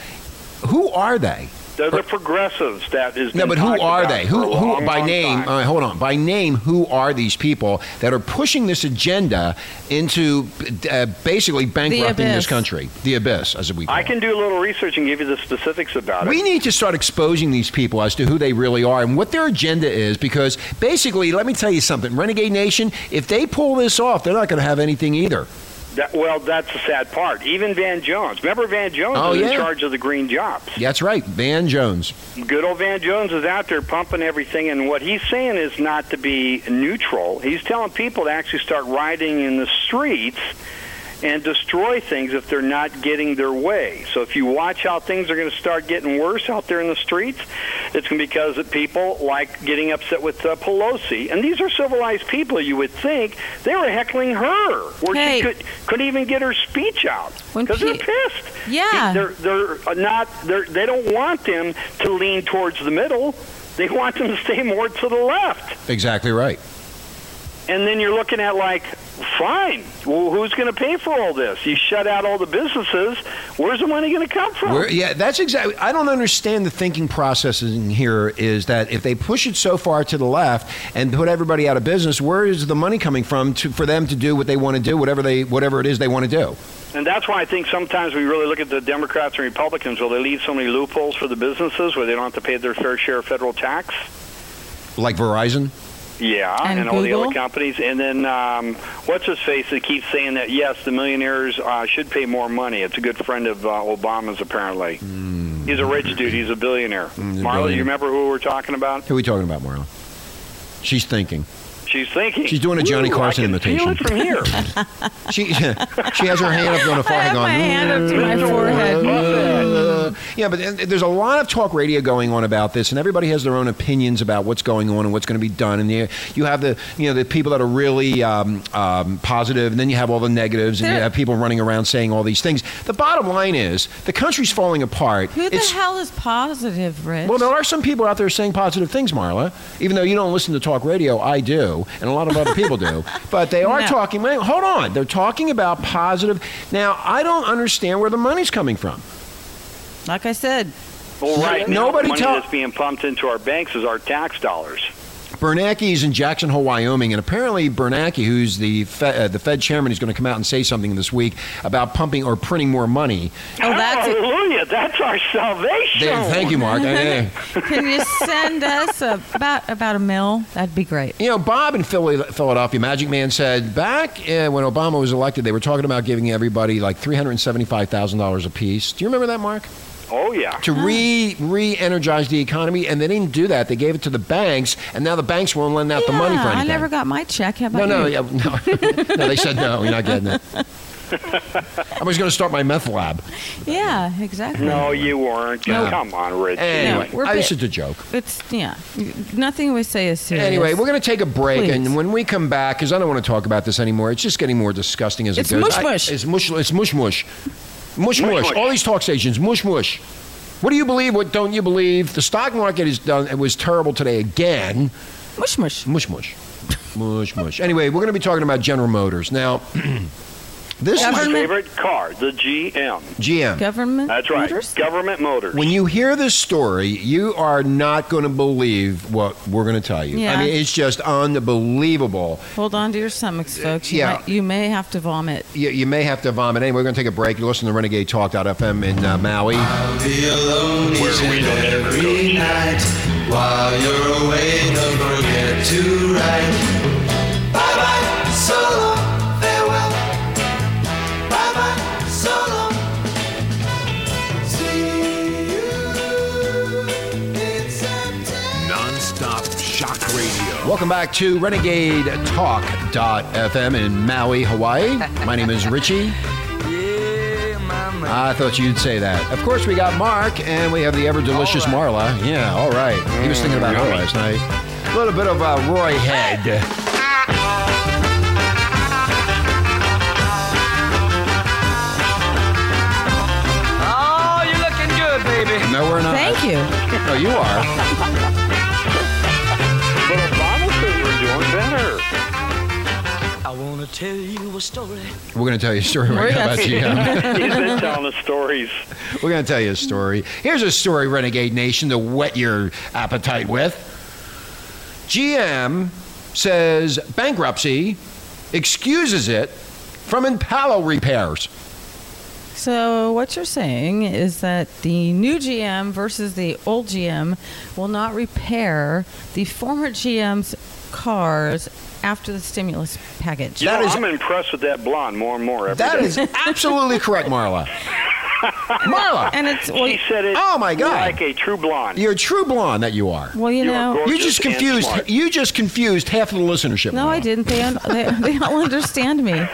Speaker 6: Who are they?
Speaker 7: They're the progressives that is.
Speaker 6: No,
Speaker 7: been
Speaker 6: but who
Speaker 7: talked
Speaker 6: are
Speaker 7: about
Speaker 6: they?
Speaker 7: for
Speaker 6: Who,
Speaker 7: a
Speaker 6: who
Speaker 7: long,
Speaker 6: by
Speaker 7: long
Speaker 6: name?
Speaker 7: time.
Speaker 6: Uh, hold on, by name, who are these people that are pushing this agenda into uh, basically bankrupting
Speaker 4: abyss.
Speaker 6: this country, the abyss, as we call
Speaker 7: I
Speaker 6: it?
Speaker 7: can do a little research and give you the specifics about it.
Speaker 6: We need to start exposing these people as to who they really are and what their agenda is because basically, let me tell you something, Renegade Nation, if they pull this off, they're not going to have anything either.
Speaker 7: That, well, that's the sad part. Even Van Jones. Remember, Van Jones
Speaker 6: Oh,
Speaker 7: is
Speaker 6: yeah.
Speaker 7: in charge of the green jobs.
Speaker 6: That's right, Van Jones.
Speaker 7: Good old Van Jones is out there pumping everything, and what he's saying is not to be neutral. He's telling people to actually start riding in the streets and destroy things if they're not getting their way. So if you watch how things are going to start getting worse out there in the streets, it's gonna be because of people like getting upset with uh, Pelosi. And these are civilized people, you would think. They were heckling her, where
Speaker 4: Hey.
Speaker 7: she could, couldn't even get her speech out
Speaker 4: When
Speaker 7: because
Speaker 4: pe-
Speaker 7: they're pissed.
Speaker 4: Yeah.
Speaker 7: They're, they're not, they're, they don't want them to lean towards the middle. They want them to stay more to the left.
Speaker 6: Exactly right.
Speaker 7: And then you're looking at like, fine, well, who's going to pay for all this? You shut out all the businesses. Where's the money going to come from?
Speaker 6: We're, yeah, that's exactly. I don't understand the thinking process in here. Is that if they push it so far to the left and put everybody out of business, where is the money coming from to, for them to do what they want to do, whatever they, whatever it is they want to do?
Speaker 7: And that's why I think sometimes we really look at the Democrats and Republicans. Well, they leave so many loopholes for the businesses where they don't have to pay their fair share of federal tax.
Speaker 6: Like Verizon,
Speaker 7: Yeah,
Speaker 4: And
Speaker 7: and, all the
Speaker 4: Google?
Speaker 7: other companies. And then um, what's his face that keeps saying that yes, the millionaires uh, should pay more money. It's a good friend of uh, Obama's apparently. He's a rich dude. He's a billionaire.
Speaker 6: Hmm. he's a
Speaker 7: Marla,
Speaker 6: billionaire.
Speaker 7: you remember who we're talking about?
Speaker 6: who are we talking about, Marlon? She's thinking.
Speaker 7: She's thinking.
Speaker 6: She's doing a Johnny
Speaker 7: "Ooh, I
Speaker 6: Carson
Speaker 7: can Feel
Speaker 6: imitation."
Speaker 7: it from here.
Speaker 6: She she has her hand up on the
Speaker 4: I
Speaker 6: forehead.
Speaker 4: have my
Speaker 6: going,
Speaker 4: hand up to my
Speaker 6: "Mm,
Speaker 4: forehead.
Speaker 6: mm." Yeah, but th- there's a lot of talk radio going on about this, and everybody has their own opinions about what's going on and what's going to be done. And you, you have the you know the people that are really um, um, positive, and then you have all the negatives, and you
Speaker 4: There-
Speaker 6: have people running around saying all these things. The bottom line is the country's falling apart.
Speaker 4: Who the
Speaker 6: It's-
Speaker 4: hell is positive, Rich?
Speaker 6: well, there are some people out there saying positive things, Marla. Even though you don't listen to talk radio, I do, and a lot of other people do. But they are
Speaker 4: No.
Speaker 6: talking. wait, Hold on, they're talking about positive. Now, I don't understand where the money's coming from.
Speaker 4: like I said,
Speaker 7: well, right. now,
Speaker 6: Nobody
Speaker 7: the money
Speaker 6: tell-
Speaker 7: that's being pumped into our banks is our tax dollars.
Speaker 6: Bernanke is in Jackson Hole, Wyoming, and apparently Bernanke, who's the Fed, uh, the Fed chairman, is going to come out and say something this week about pumping or printing more money.
Speaker 4: oh, that's it.
Speaker 7: Hallelujah! That's our salvation.
Speaker 6: There- thank you, Mark. Yeah.
Speaker 4: Can you send us a, about about a mill? That'd be great.
Speaker 6: You know, Bob in Philly, Philadelphia, Magic Man said back uh, when Obama was elected, they were talking about giving everybody like three hundred seventy-five thousand dollars a piece. Do you remember that, Mark?
Speaker 7: Oh yeah.
Speaker 4: Uh-huh.
Speaker 6: To re re-energize the economy, and they didn't do that. They gave it to the banks, and now the banks won't lend out the money for
Speaker 4: Yeah,
Speaker 6: anything.
Speaker 4: I never got my check. How
Speaker 6: no,
Speaker 4: about
Speaker 6: no,
Speaker 4: you?
Speaker 6: yeah, no, no. They said no. You're not getting it. I was going to start my meth lab.
Speaker 4: Yeah, exactly.
Speaker 7: No, you weren't.
Speaker 6: No.
Speaker 7: Come on, Rich.
Speaker 6: Anyway,
Speaker 4: we're
Speaker 6: I- it's
Speaker 4: bit-
Speaker 6: just a joke.
Speaker 4: It's yeah. Nothing we say is serious.
Speaker 6: Anyway, we're going to take a break,
Speaker 4: Please.
Speaker 6: and when we come back, because I don't want to talk about this anymore, it's just getting more disgusting as
Speaker 4: It's
Speaker 6: it goes.
Speaker 4: mush
Speaker 6: I-
Speaker 4: mush.
Speaker 6: it's mush. It's mush mush.
Speaker 7: Mush
Speaker 6: Mush mush.
Speaker 7: mush.
Speaker 6: All these talk stations, mush mush. What do you believe? What don't you believe? The stock market is done. It was terrible today again.
Speaker 4: mush mush.
Speaker 6: Mush mush. Mush mush. Anyway, we're going to be talking about General Motors now. This
Speaker 7: My
Speaker 6: is
Speaker 7: favorite car, the GM.
Speaker 6: GM.
Speaker 4: Government.
Speaker 7: That's right.
Speaker 4: Motors?
Speaker 7: Government Motors.
Speaker 6: When you hear this story, you are not going to believe what we're going to tell you. I
Speaker 4: Yeah.
Speaker 6: mean, it's just unbelievable.
Speaker 4: Hold on to your stomachs, folks. You,
Speaker 6: yeah.
Speaker 4: might- you may have to vomit.
Speaker 6: You, you may have to vomit. Anyway, we're going to take a break. You're listening to Renegade Talk.fm in uh, Maui.
Speaker 5: Be alone each and every night. While you're away, don't forget to write. Bye bye, so long, farewell. Bye bye, so long. See you in September.
Speaker 1: Non-stop shock radio.
Speaker 6: Welcome back to Renegade Talk.fm in Maui, Hawaii. My name is Richie. I thought you'd say that. Of course, we got Mark, and we have the ever delicious Marla. Yeah, all right. He was thinking about her last night. A little bit of uh, Roy Head.
Speaker 11: Oh, you're looking good, baby.
Speaker 6: No, we're not.
Speaker 4: Thank you.
Speaker 6: No, you are.
Speaker 7: But Obama says we're doing better.
Speaker 11: I want to tell you a story.
Speaker 6: We're going to tell you a story right now about GM.
Speaker 7: He's been telling us stories.
Speaker 6: We're going to tell you a story. Here's a story, Renegade Nation, to whet your appetite with. GM says bankruptcy excuses it from Impalo repairs.
Speaker 4: So, what you're saying is that the new GM versus the old GM will not repair the former GM's cars after the stimulus package.
Speaker 7: You
Speaker 6: That
Speaker 7: know,
Speaker 6: is-
Speaker 7: I'm impressed with that blonde more and more every day.
Speaker 6: That is absolutely correct, Marla. Marla,
Speaker 4: And it's, well,
Speaker 7: She said it.
Speaker 6: Oh, my God.
Speaker 7: Like a true blonde.
Speaker 6: you're a true blonde that you are.
Speaker 4: well you
Speaker 7: You are
Speaker 4: know.
Speaker 7: gorgeous
Speaker 6: You just
Speaker 7: and
Speaker 6: confused.
Speaker 7: smart.
Speaker 6: You just confused half of the listenership.
Speaker 4: No, I
Speaker 6: Marla.
Speaker 4: didn't. They, un- they, they all understand me.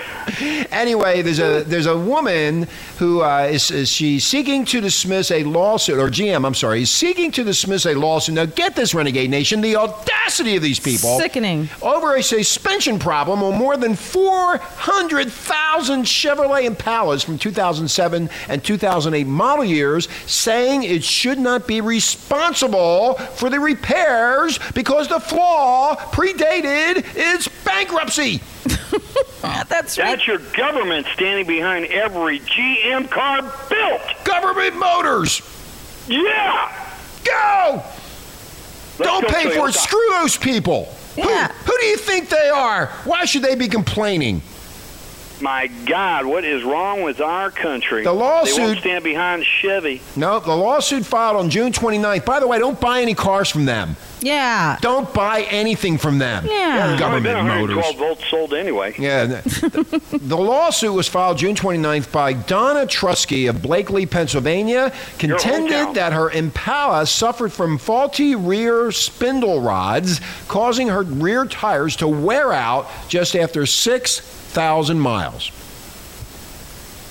Speaker 6: Anyway, there's a there's a woman who uh, is, is she seeking to dismiss a lawsuit or GM? I'm sorry, is seeking to dismiss a lawsuit. Now get this, Renegade Nation, the audacity of these people
Speaker 4: Sickening.
Speaker 6: over a suspension problem on more than 400,000 Chevrolet Impalas from 2007 and 2008 model years, saying it should not be responsible for the repairs because the flaw predated its bankruptcy.
Speaker 4: That's right.
Speaker 7: That's your government standing behind every GM car built.
Speaker 6: Government Motors.
Speaker 7: Yeah.
Speaker 6: Go!
Speaker 7: Let's
Speaker 6: Don't
Speaker 7: go
Speaker 6: pay for
Speaker 7: Toyota.
Speaker 6: it. Screw those people.
Speaker 4: Yeah.
Speaker 6: Who, who do you think they are? Why should they be complaining?
Speaker 7: My God, what is wrong with our country?
Speaker 6: The lawsuit-
Speaker 7: They won't stand behind Chevy.
Speaker 6: No, the lawsuit filed on June 29th. By the way, don't buy any cars from them.
Speaker 4: Yeah.
Speaker 6: Don't buy anything from them.
Speaker 4: Yeah.
Speaker 7: Probably been
Speaker 6: Government
Speaker 7: 112
Speaker 6: Motors.
Speaker 7: volts sold anyway.
Speaker 6: Yeah. the- the lawsuit was filed June 29th by Donna Trusky of Blakely, Pennsylvania, contended
Speaker 7: hometown.
Speaker 6: that her Impala suffered from faulty rear spindle rods, causing her rear tires to wear out just after 6,000 miles.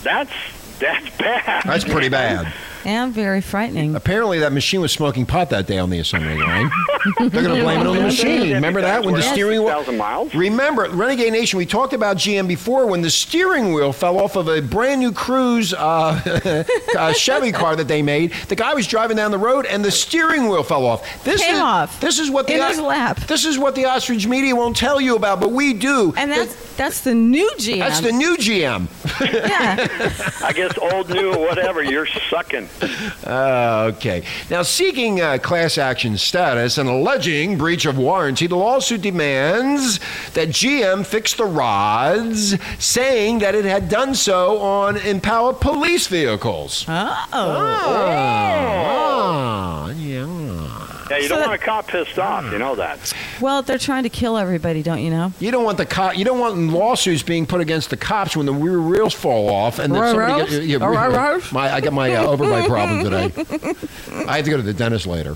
Speaker 7: That's that's bad.
Speaker 6: That's pretty bad.
Speaker 4: And very frightening.
Speaker 6: Apparently, that machine was smoking pot that day on the assembly line. They're going to blame it on the machine. Remember that when the steering wheel.
Speaker 7: Thousand miles.
Speaker 6: Remember, Renegade Nation, we talked about GM before when the steering wheel fell off of a brand new cruise uh, uh, Chevy car that they made. The guy was driving down the road and the steering wheel fell off. This
Speaker 4: Came
Speaker 6: is,
Speaker 4: off.
Speaker 6: This is what the
Speaker 4: In
Speaker 6: o-
Speaker 4: his lap.
Speaker 6: This is what the ostrich media won't tell you about, but we do.
Speaker 4: And that's that's the new GM.
Speaker 6: That's the new GM.
Speaker 4: yeah.
Speaker 7: I guess old, new, whatever. You're sucking.
Speaker 6: Uh, okay. Now, seeking uh, class action status and alleging breach of warranty, the lawsuit demands that GM fix the rods, saying that it had done so on Impala police vehicles.
Speaker 4: Uh
Speaker 6: Oh. Ah, yeah.
Speaker 7: Yeah, you
Speaker 4: So
Speaker 7: don't
Speaker 4: that-
Speaker 7: want a cop pissed off. You know that.
Speaker 4: Well, they're trying to kill everybody, don't you know?
Speaker 6: You don't want the cop. You don't want lawsuits being put against the cops when the rear wheels fall off and then somebody
Speaker 4: Ruh-rohs?
Speaker 6: gets. Yeah,
Speaker 4: Ruh-rohs?
Speaker 6: my, I got my uh, overbite problem today. I have to go to the dentist later.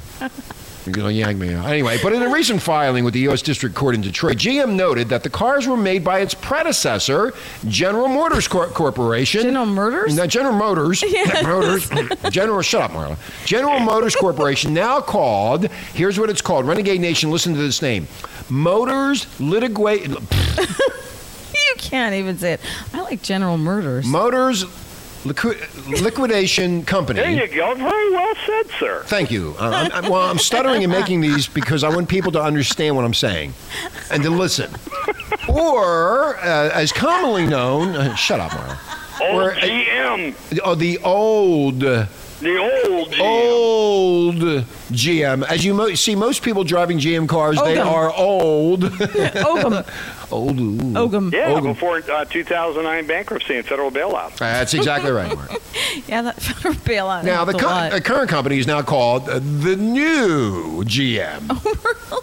Speaker 6: You're going to yank me out. Anyway, but in a recent filing with the U.S. District Court in Detroit, GM noted that the cars were made by its predecessor, General Motors Cor- Corporation.
Speaker 4: General Motors?
Speaker 6: No, General Motors. Motors. General, shut up, Marla. General Motors Corporation, now called, here's what it's called Renegade Nation, listen to this name Motors Litigate.
Speaker 4: You can't even say it. I like general murders.
Speaker 6: Motors Liqui- Liquidation
Speaker 7: There
Speaker 6: Company.
Speaker 7: you go. Very well said, sir.
Speaker 6: Thank you. Uh, I'm, I'm- well, I'm stuttering and making these because I want people to understand what I'm saying and to listen. or uh, as commonly known, uh, shut up, Marla.
Speaker 7: Old
Speaker 6: Or-
Speaker 7: GM.
Speaker 6: Oh, the old.
Speaker 7: The old GM.
Speaker 6: Old GM. As you mo- see, most people driving GM cars, they
Speaker 4: Oldham.
Speaker 6: are old.
Speaker 4: Oldham.
Speaker 6: old. ooh.
Speaker 4: Ogum.
Speaker 7: Yeah,
Speaker 6: Oldham.
Speaker 7: before uh, 2009 bankruptcy and federal bailout.
Speaker 6: That's exactly right, Mark.
Speaker 4: Yeah, that federal bailout.
Speaker 6: Now, the, uh,
Speaker 4: helped a
Speaker 6: cur-
Speaker 4: lot.
Speaker 6: the current company is now called uh, the new GM.
Speaker 4: Oh,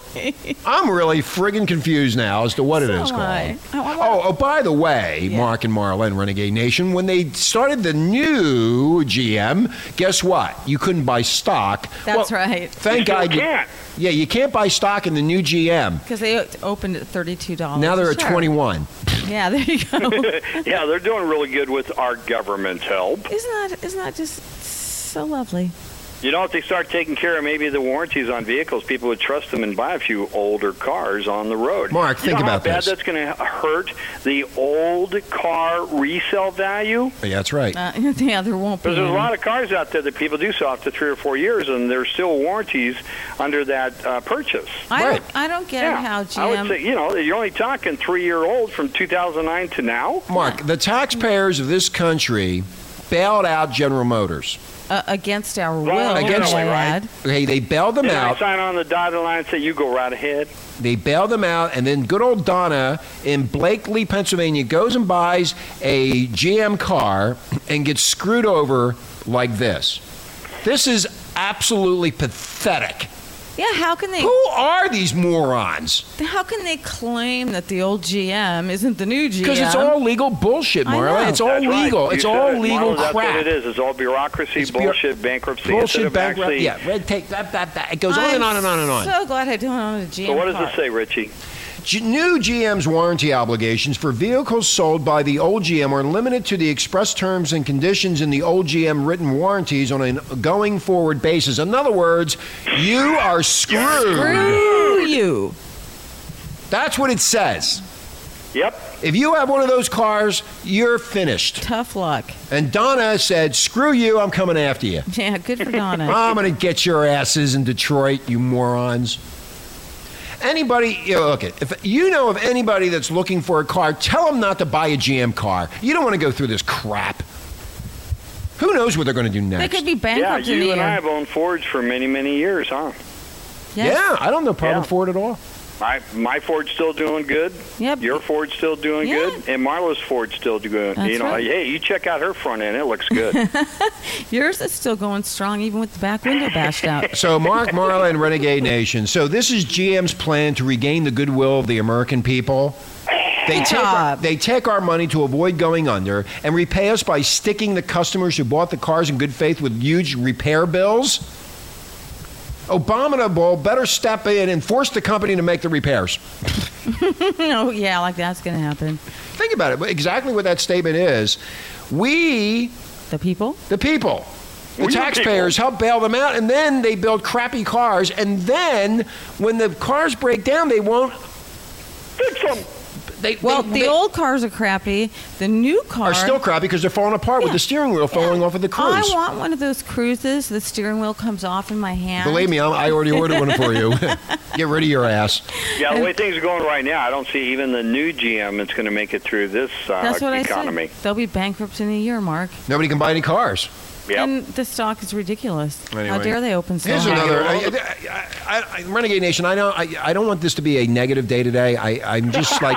Speaker 6: I'm really friggin' confused now as to what it
Speaker 4: So
Speaker 6: is
Speaker 4: am
Speaker 6: called.
Speaker 4: I. Oh, I
Speaker 6: Oh, oh, by the way, Mark and Marla and Renegade Nation, when they started the new GM, guess what? You couldn't buy stock.
Speaker 4: That's
Speaker 6: Well,
Speaker 4: right.
Speaker 6: Thank
Speaker 7: You still
Speaker 6: God.
Speaker 7: can't.
Speaker 6: yeah, you can't buy stock in the new GM.
Speaker 4: Because they o- opened at thirty-two dollars.
Speaker 6: Now they're at 21.
Speaker 4: Yeah, there you go.
Speaker 7: yeah, they're doing really good with our government's help.
Speaker 4: isn't that isn't that just so lovely?
Speaker 7: You know, if they start taking care of maybe the warranties on vehicles, people would trust them and buy a few older cars on the road.
Speaker 6: Mark,
Speaker 7: you
Speaker 6: think
Speaker 7: know
Speaker 6: about
Speaker 7: how bad
Speaker 6: this.
Speaker 7: that's going to hurt the old car resale value.
Speaker 6: Yeah, that's right.
Speaker 4: Uh, yeah, there won't
Speaker 7: Because
Speaker 6: Mm-hmm.
Speaker 4: be.
Speaker 7: there's a
Speaker 4: any.
Speaker 7: lot of cars out there that people do sell after three or four years, and there's still warranties under that uh, purchase.
Speaker 4: I
Speaker 6: Right.
Speaker 4: don't, I don't get how
Speaker 7: I would
Speaker 4: GM.
Speaker 7: say, you know, you're only talking three year old from 2009 to now.
Speaker 6: Mark, the taxpayers of this country bailed out General Motors.
Speaker 4: uh, against our
Speaker 7: Well,
Speaker 4: will.
Speaker 6: against-
Speaker 4: may I
Speaker 7: Right.
Speaker 4: add.
Speaker 6: Okay, they bailed them
Speaker 7: And
Speaker 6: out.
Speaker 7: I sign on the dotted line and say, you go right ahead.
Speaker 6: They bail them out, and then good old Donna in Blakely, Pennsylvania, goes and buys a GM car and gets screwed over like this. This is absolutely pathetic.
Speaker 4: Yeah, how can they?
Speaker 6: Who are these morons?
Speaker 4: How can they claim that the old GM isn't the new GM?
Speaker 6: Because it's all legal bullshit,
Speaker 4: I
Speaker 6: Marla.
Speaker 4: know.
Speaker 6: It's all
Speaker 7: That's right.
Speaker 6: legal.
Speaker 7: You
Speaker 6: It's
Speaker 7: said
Speaker 6: all
Speaker 7: it,
Speaker 6: legal
Speaker 7: Marlo, That's
Speaker 6: crap.
Speaker 7: what it is. It's all bureaucracy,
Speaker 6: It's bureau-
Speaker 7: bullshit, bankruptcy. instead
Speaker 6: Bullshit,
Speaker 7: of
Speaker 6: bankrupt.
Speaker 7: actually-
Speaker 6: Yeah, red tape. Blah, blah, blah. It goes on
Speaker 4: I'm
Speaker 6: and on and on and on.
Speaker 4: So glad I don't own a GM.
Speaker 7: So what does
Speaker 4: car.
Speaker 7: it say, Richie?
Speaker 6: G- New GM's warranty obligations for vehicles sold by the old GM are limited to the express terms and conditions in the old GM written warranties on a going forward basis. In other words, you are screwed.
Speaker 4: Screw you.
Speaker 6: That's what it says.
Speaker 7: Yep.
Speaker 6: If you have one of those cars, you're finished.
Speaker 4: Tough luck.
Speaker 6: And Donna said, screw you, I'm coming after you.
Speaker 4: Yeah, good for Donna.
Speaker 6: I'm going to get your asses in Detroit, you morons. Anybody, you know, look, if you know of anybody that's looking for a car, tell them not to buy a GM car. You don't want to go through this crap. Who knows what they're going to do
Speaker 4: they
Speaker 6: next?
Speaker 4: could be
Speaker 7: Yeah,
Speaker 4: bankrupt in a
Speaker 7: you and I
Speaker 4: year.
Speaker 7: have owned Fords for many, many years, huh?
Speaker 4: Yes.
Speaker 6: Yeah, I don't know problem
Speaker 7: Yeah.
Speaker 6: for it at all.
Speaker 7: My, my Ford's still doing good.
Speaker 4: Yep.
Speaker 7: Your Ford's still doing
Speaker 4: Yeah.
Speaker 7: good. And Marla's Ford's still doing
Speaker 4: That's
Speaker 7: You know,
Speaker 4: right.
Speaker 7: hey, you check out her front end. It looks good.
Speaker 4: Yours is still going strong, even with the back window bashed out.
Speaker 6: So, Mark Marla and Renegade Nation. So, this is GM's plan to regain the goodwill of the American people. They take, our,
Speaker 4: job.
Speaker 6: they take our money to avoid going under and repay us by sticking the customers who bought the cars in good faith with huge repair bills. Abominable better step in and force the company to make the repairs.
Speaker 4: no, yeah, like that's gonna happen.
Speaker 6: Think about it. Exactly what that statement is. We,
Speaker 4: The people.
Speaker 6: the people, the
Speaker 7: We, the
Speaker 6: taxpayers, help bail them out, and then they build crappy cars. And then when the cars break down, they won't
Speaker 7: Fix 'em.
Speaker 6: They,
Speaker 4: Well,
Speaker 6: they-
Speaker 4: the
Speaker 6: they
Speaker 4: old cars are crappy. The new
Speaker 6: are
Speaker 4: cars
Speaker 6: still crappy because they're falling apart with
Speaker 4: Yeah.
Speaker 6: the steering wheel falling off of the
Speaker 4: I
Speaker 6: cruise.
Speaker 4: want one of those cruises. The steering wheel comes off in my hand.
Speaker 6: Believe me, I'm, I already ordered one for you. Get rid of your ass.
Speaker 7: Yeah, the way things are going right now, I don't see even the new GM that's going to make it through this uh,
Speaker 4: That's what
Speaker 7: economy.
Speaker 4: I said. They'll be bankrupt in a year, Mark.
Speaker 6: Nobody can buy any cars.
Speaker 7: Yep.
Speaker 4: And the stock is ridiculous. How
Speaker 6: Anyway.
Speaker 4: dare they open so
Speaker 6: Here's
Speaker 4: high?
Speaker 6: another I, I, I, I, Renegade Nation. I know I, I don't want this to be a negative day today. I, I'm just like,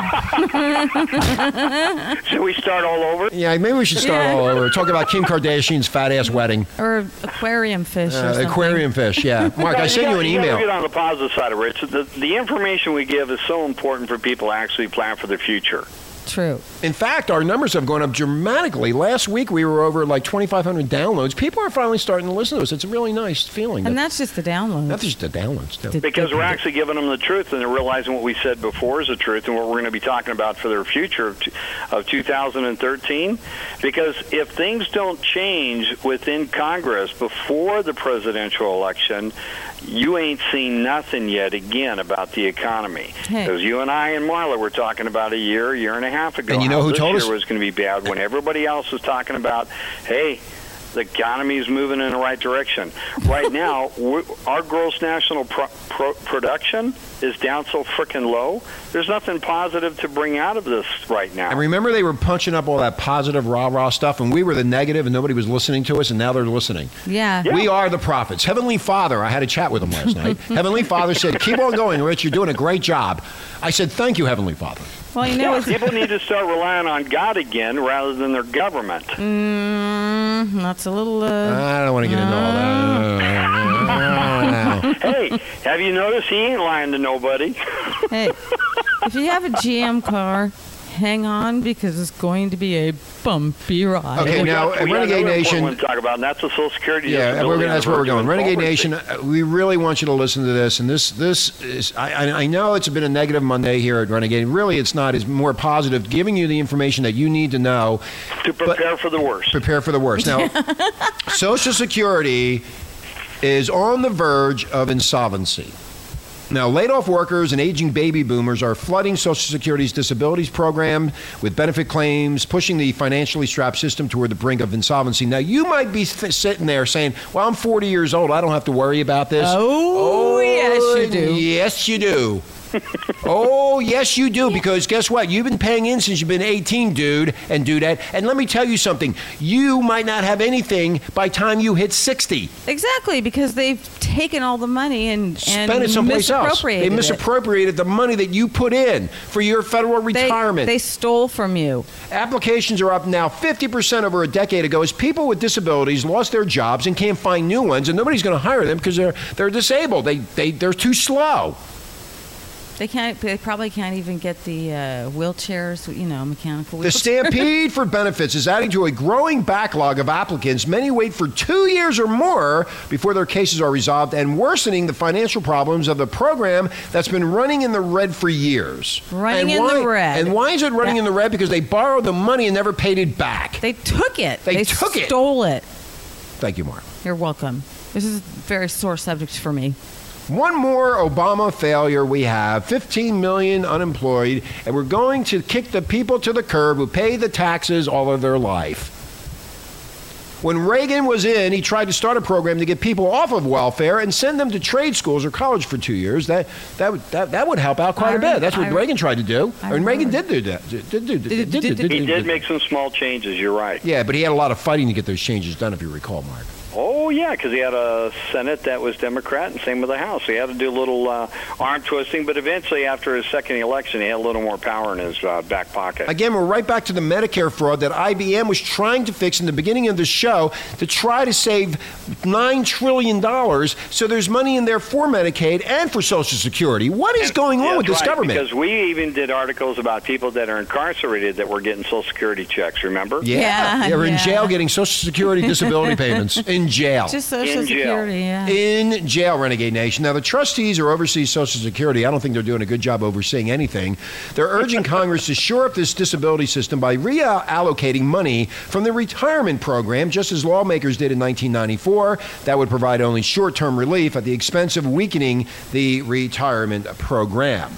Speaker 7: Should we start all over?
Speaker 6: yeah, maybe we should start
Speaker 4: Yeah.
Speaker 6: all over. Talk about Kim Kardashian's fat ass wedding,
Speaker 4: Or aquarium fish. or
Speaker 6: Uh,
Speaker 4: something.
Speaker 6: aquarium fish. Yeah, Mark,
Speaker 7: No,
Speaker 6: I
Speaker 7: you
Speaker 6: sent
Speaker 7: gotta-
Speaker 6: you an
Speaker 7: gotta
Speaker 6: email.
Speaker 7: get on the positive side of it. It's The, the information we give is so important for people to actually plan for their future.
Speaker 4: True.
Speaker 6: In fact, our numbers have gone up dramatically. Last week we were over like 2,500 downloads. People are finally starting to listen to us. It's a really nice feeling.
Speaker 4: And that's just the download.
Speaker 6: That's just the downloads. though.
Speaker 4: Did-
Speaker 7: Because
Speaker 4: did-
Speaker 7: we're actually giving them the truth, and they're realizing what we said before is the truth, and what we're going to be talking about for their future of, t- of 2013. Because if things don't change within Congress before the presidential election, you ain't seen nothing yet again about the economy.
Speaker 4: Hey.
Speaker 7: Because you and I and Marla were talking about a year, year and a half ago.
Speaker 6: And you know
Speaker 7: how
Speaker 6: who
Speaker 7: this
Speaker 6: told
Speaker 7: year
Speaker 6: us-
Speaker 7: was going to be bad when everybody else was talking about, hey. The economy is moving in the right direction. Right now, we, our gross national pro, pro, production is down so freaking low. There's nothing positive to bring out of this right now.
Speaker 6: And remember, they were punching up all that positive rah rah stuff, and we were the negative, and nobody was listening to us, and now they're listening.
Speaker 4: Yeah.
Speaker 6: We are the prophets. Heavenly Father, I had a chat with him last night. Heavenly Father said, Keep on going, Rich. You're doing a great job. I said, Thank you, Heavenly Father.
Speaker 4: Well, you know,
Speaker 7: Yeah,
Speaker 4: it's,
Speaker 7: people need to start relying on God again rather than their government.
Speaker 4: mm, that's a little. Uh,
Speaker 6: I don't want to get into all that.
Speaker 7: hey, have you noticed he ain't lying to nobody?
Speaker 4: hey, if you have a GM car, hang on because it's going to be a bumpy ride.
Speaker 6: Okay,
Speaker 7: We
Speaker 6: now,
Speaker 7: got- we got
Speaker 6: Renegade
Speaker 7: another
Speaker 6: Nation-
Speaker 7: important one to talk about, and that's the Social Security.
Speaker 6: Yeah, and we're
Speaker 7: disability
Speaker 6: gonna, that's where we're going.
Speaker 7: and
Speaker 6: Renegade
Speaker 7: poverty.
Speaker 6: Nation, uh, we really want you to listen to this. And this, this is, I, I I know it's been a negative Monday here at Renegade. Really, it's not. It's more positive, giving you the information that you need to know
Speaker 7: to prepare for the worst.
Speaker 6: prepare for the worst. Now, Social Security is on the verge of insolvency. Now, laid off workers and aging baby boomers are flooding Social Security's disabilities program with benefit claims, pushing the financially strapped system toward the brink of insolvency. Now, you might be th- sitting there saying, Well, I'm 40 years old. I don't have to worry about this.
Speaker 4: Oh, yes, you do.
Speaker 6: Yes, you do. oh, yes, you do. Because guess what? You've been paying in since you've been 18, dude, and do that. And let me tell you something. You might not have anything by time you hit 60.
Speaker 4: Exactly, because they've taken all the money and, and
Speaker 6: Spend it someplace else. They
Speaker 4: misappropriated it.
Speaker 6: misappropriated the money that you put in for your federal
Speaker 4: They-
Speaker 6: retirement.
Speaker 4: They, stole from you.
Speaker 6: Applications are up now 50% over a decade ago as people with disabilities lost their jobs and can't find new ones, and nobody's going to hire them because they're, they're disabled. They, they, they're too slow.
Speaker 4: They can't. They probably can't even get the uh, wheelchairs. You know, mechanical.
Speaker 6: The
Speaker 4: Wheelchairs.
Speaker 6: stampede for benefits is adding to a growing backlog of applicants. Many wait for two years or more before their cases are resolved and worsening the financial problems of the program that's been running in the red for years.
Speaker 4: Running
Speaker 6: And
Speaker 4: in the
Speaker 6: why-
Speaker 4: red.
Speaker 6: And why is it running in the red? Because they borrowed the money and never paid it back.
Speaker 4: they took it.
Speaker 6: They took it.
Speaker 4: Stole it.
Speaker 6: Thank you, Mark.
Speaker 4: You're welcome. This is a very sore subject for me.
Speaker 6: One more Obama failure we have 15 million unemployed, and we're going to kick the people to the curb who pay the taxes all of their life. When Reagan was in, he tried to start a program to get people off of welfare and send them to trade schools or college for two years. That, that, would, that, that would help out quite a
Speaker 4: I
Speaker 6: bit. That's what
Speaker 4: re- I-
Speaker 6: Reagan tried to do.
Speaker 4: I
Speaker 6: I mean, Reagan did
Speaker 4: remember.
Speaker 6: do that. Did, did, did, did,
Speaker 4: Did-
Speaker 6: did,
Speaker 4: did-
Speaker 7: He did make some small changes. You're right.
Speaker 6: Yeah, but he had a lot of fighting to get those changes done, if you recall, Mark.
Speaker 7: Oh yeah, because he had a Senate that was Democrat, and same with the House. He had to do a little uh, arm twisting, but eventually, after his second election, he had a little more power in his uh, back pocket.
Speaker 6: Again, we're right back to the Medicare fraud that IBM was trying to fix in the beginning of the show to try to save $9 trillion. So there's money in there for Medicaid and for Social Security. What is going on
Speaker 7: Yeah,
Speaker 6: with
Speaker 7: that's
Speaker 6: this
Speaker 7: right,
Speaker 6: government?
Speaker 7: Because we even did articles about people that are incarcerated that were getting Social Security checks. Remember?
Speaker 4: Yeah,
Speaker 6: They were in
Speaker 4: yeah.
Speaker 6: jail getting Social Security disability payments. In jail.
Speaker 4: Just Social
Speaker 7: In jail.
Speaker 4: Security. Yeah.
Speaker 6: in jail, Renegade Nation. Now, the trustees are overseas Social Security. I don't think they're doing a good job overseeing anything. They're urging Congress to shore up this disability system by reallocating money from the retirement program, just as lawmakers did in 1994. That would provide only short term relief at the expense of weakening the retirement program.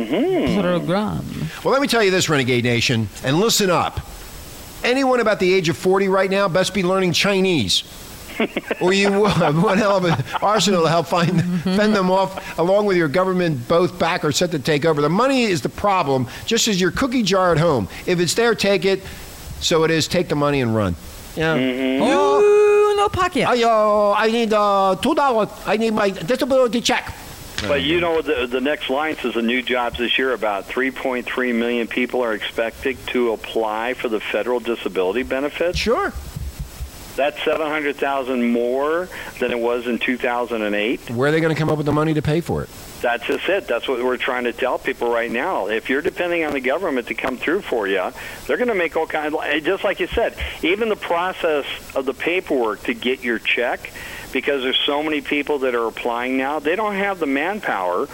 Speaker 6: Hmm.
Speaker 4: Program.
Speaker 6: Well, let me tell you this, Renegade Nation, and listen up. Anyone about the age of 40 right now best be learning Chinese. or you will have one hell of an arsenal to help find, fend them off, along with your government both back or set to take over. The money is the problem, just as your cookie jar at home. If it's there, take it. So it is, take the money and run. Yeah.
Speaker 4: Ooh, no pocket.
Speaker 6: I, uh, I need uh, $2. I need my disability check.
Speaker 7: But you know, the, the next line says the new jobs this year. About 3.3 million people are expected to apply for the federal disability benefits.
Speaker 6: Sure.
Speaker 7: That's 700,000 more than it was in 2008.
Speaker 6: Where are they going to come up with the money to pay for it?
Speaker 7: That's just it. That's what we're trying to tell people right now. If you're depending on the government to come through for you, they're going to make all kinds. Of, just like you said, even the process of the paperwork to get your check, because there's so many people that are applying now, they don't have the manpower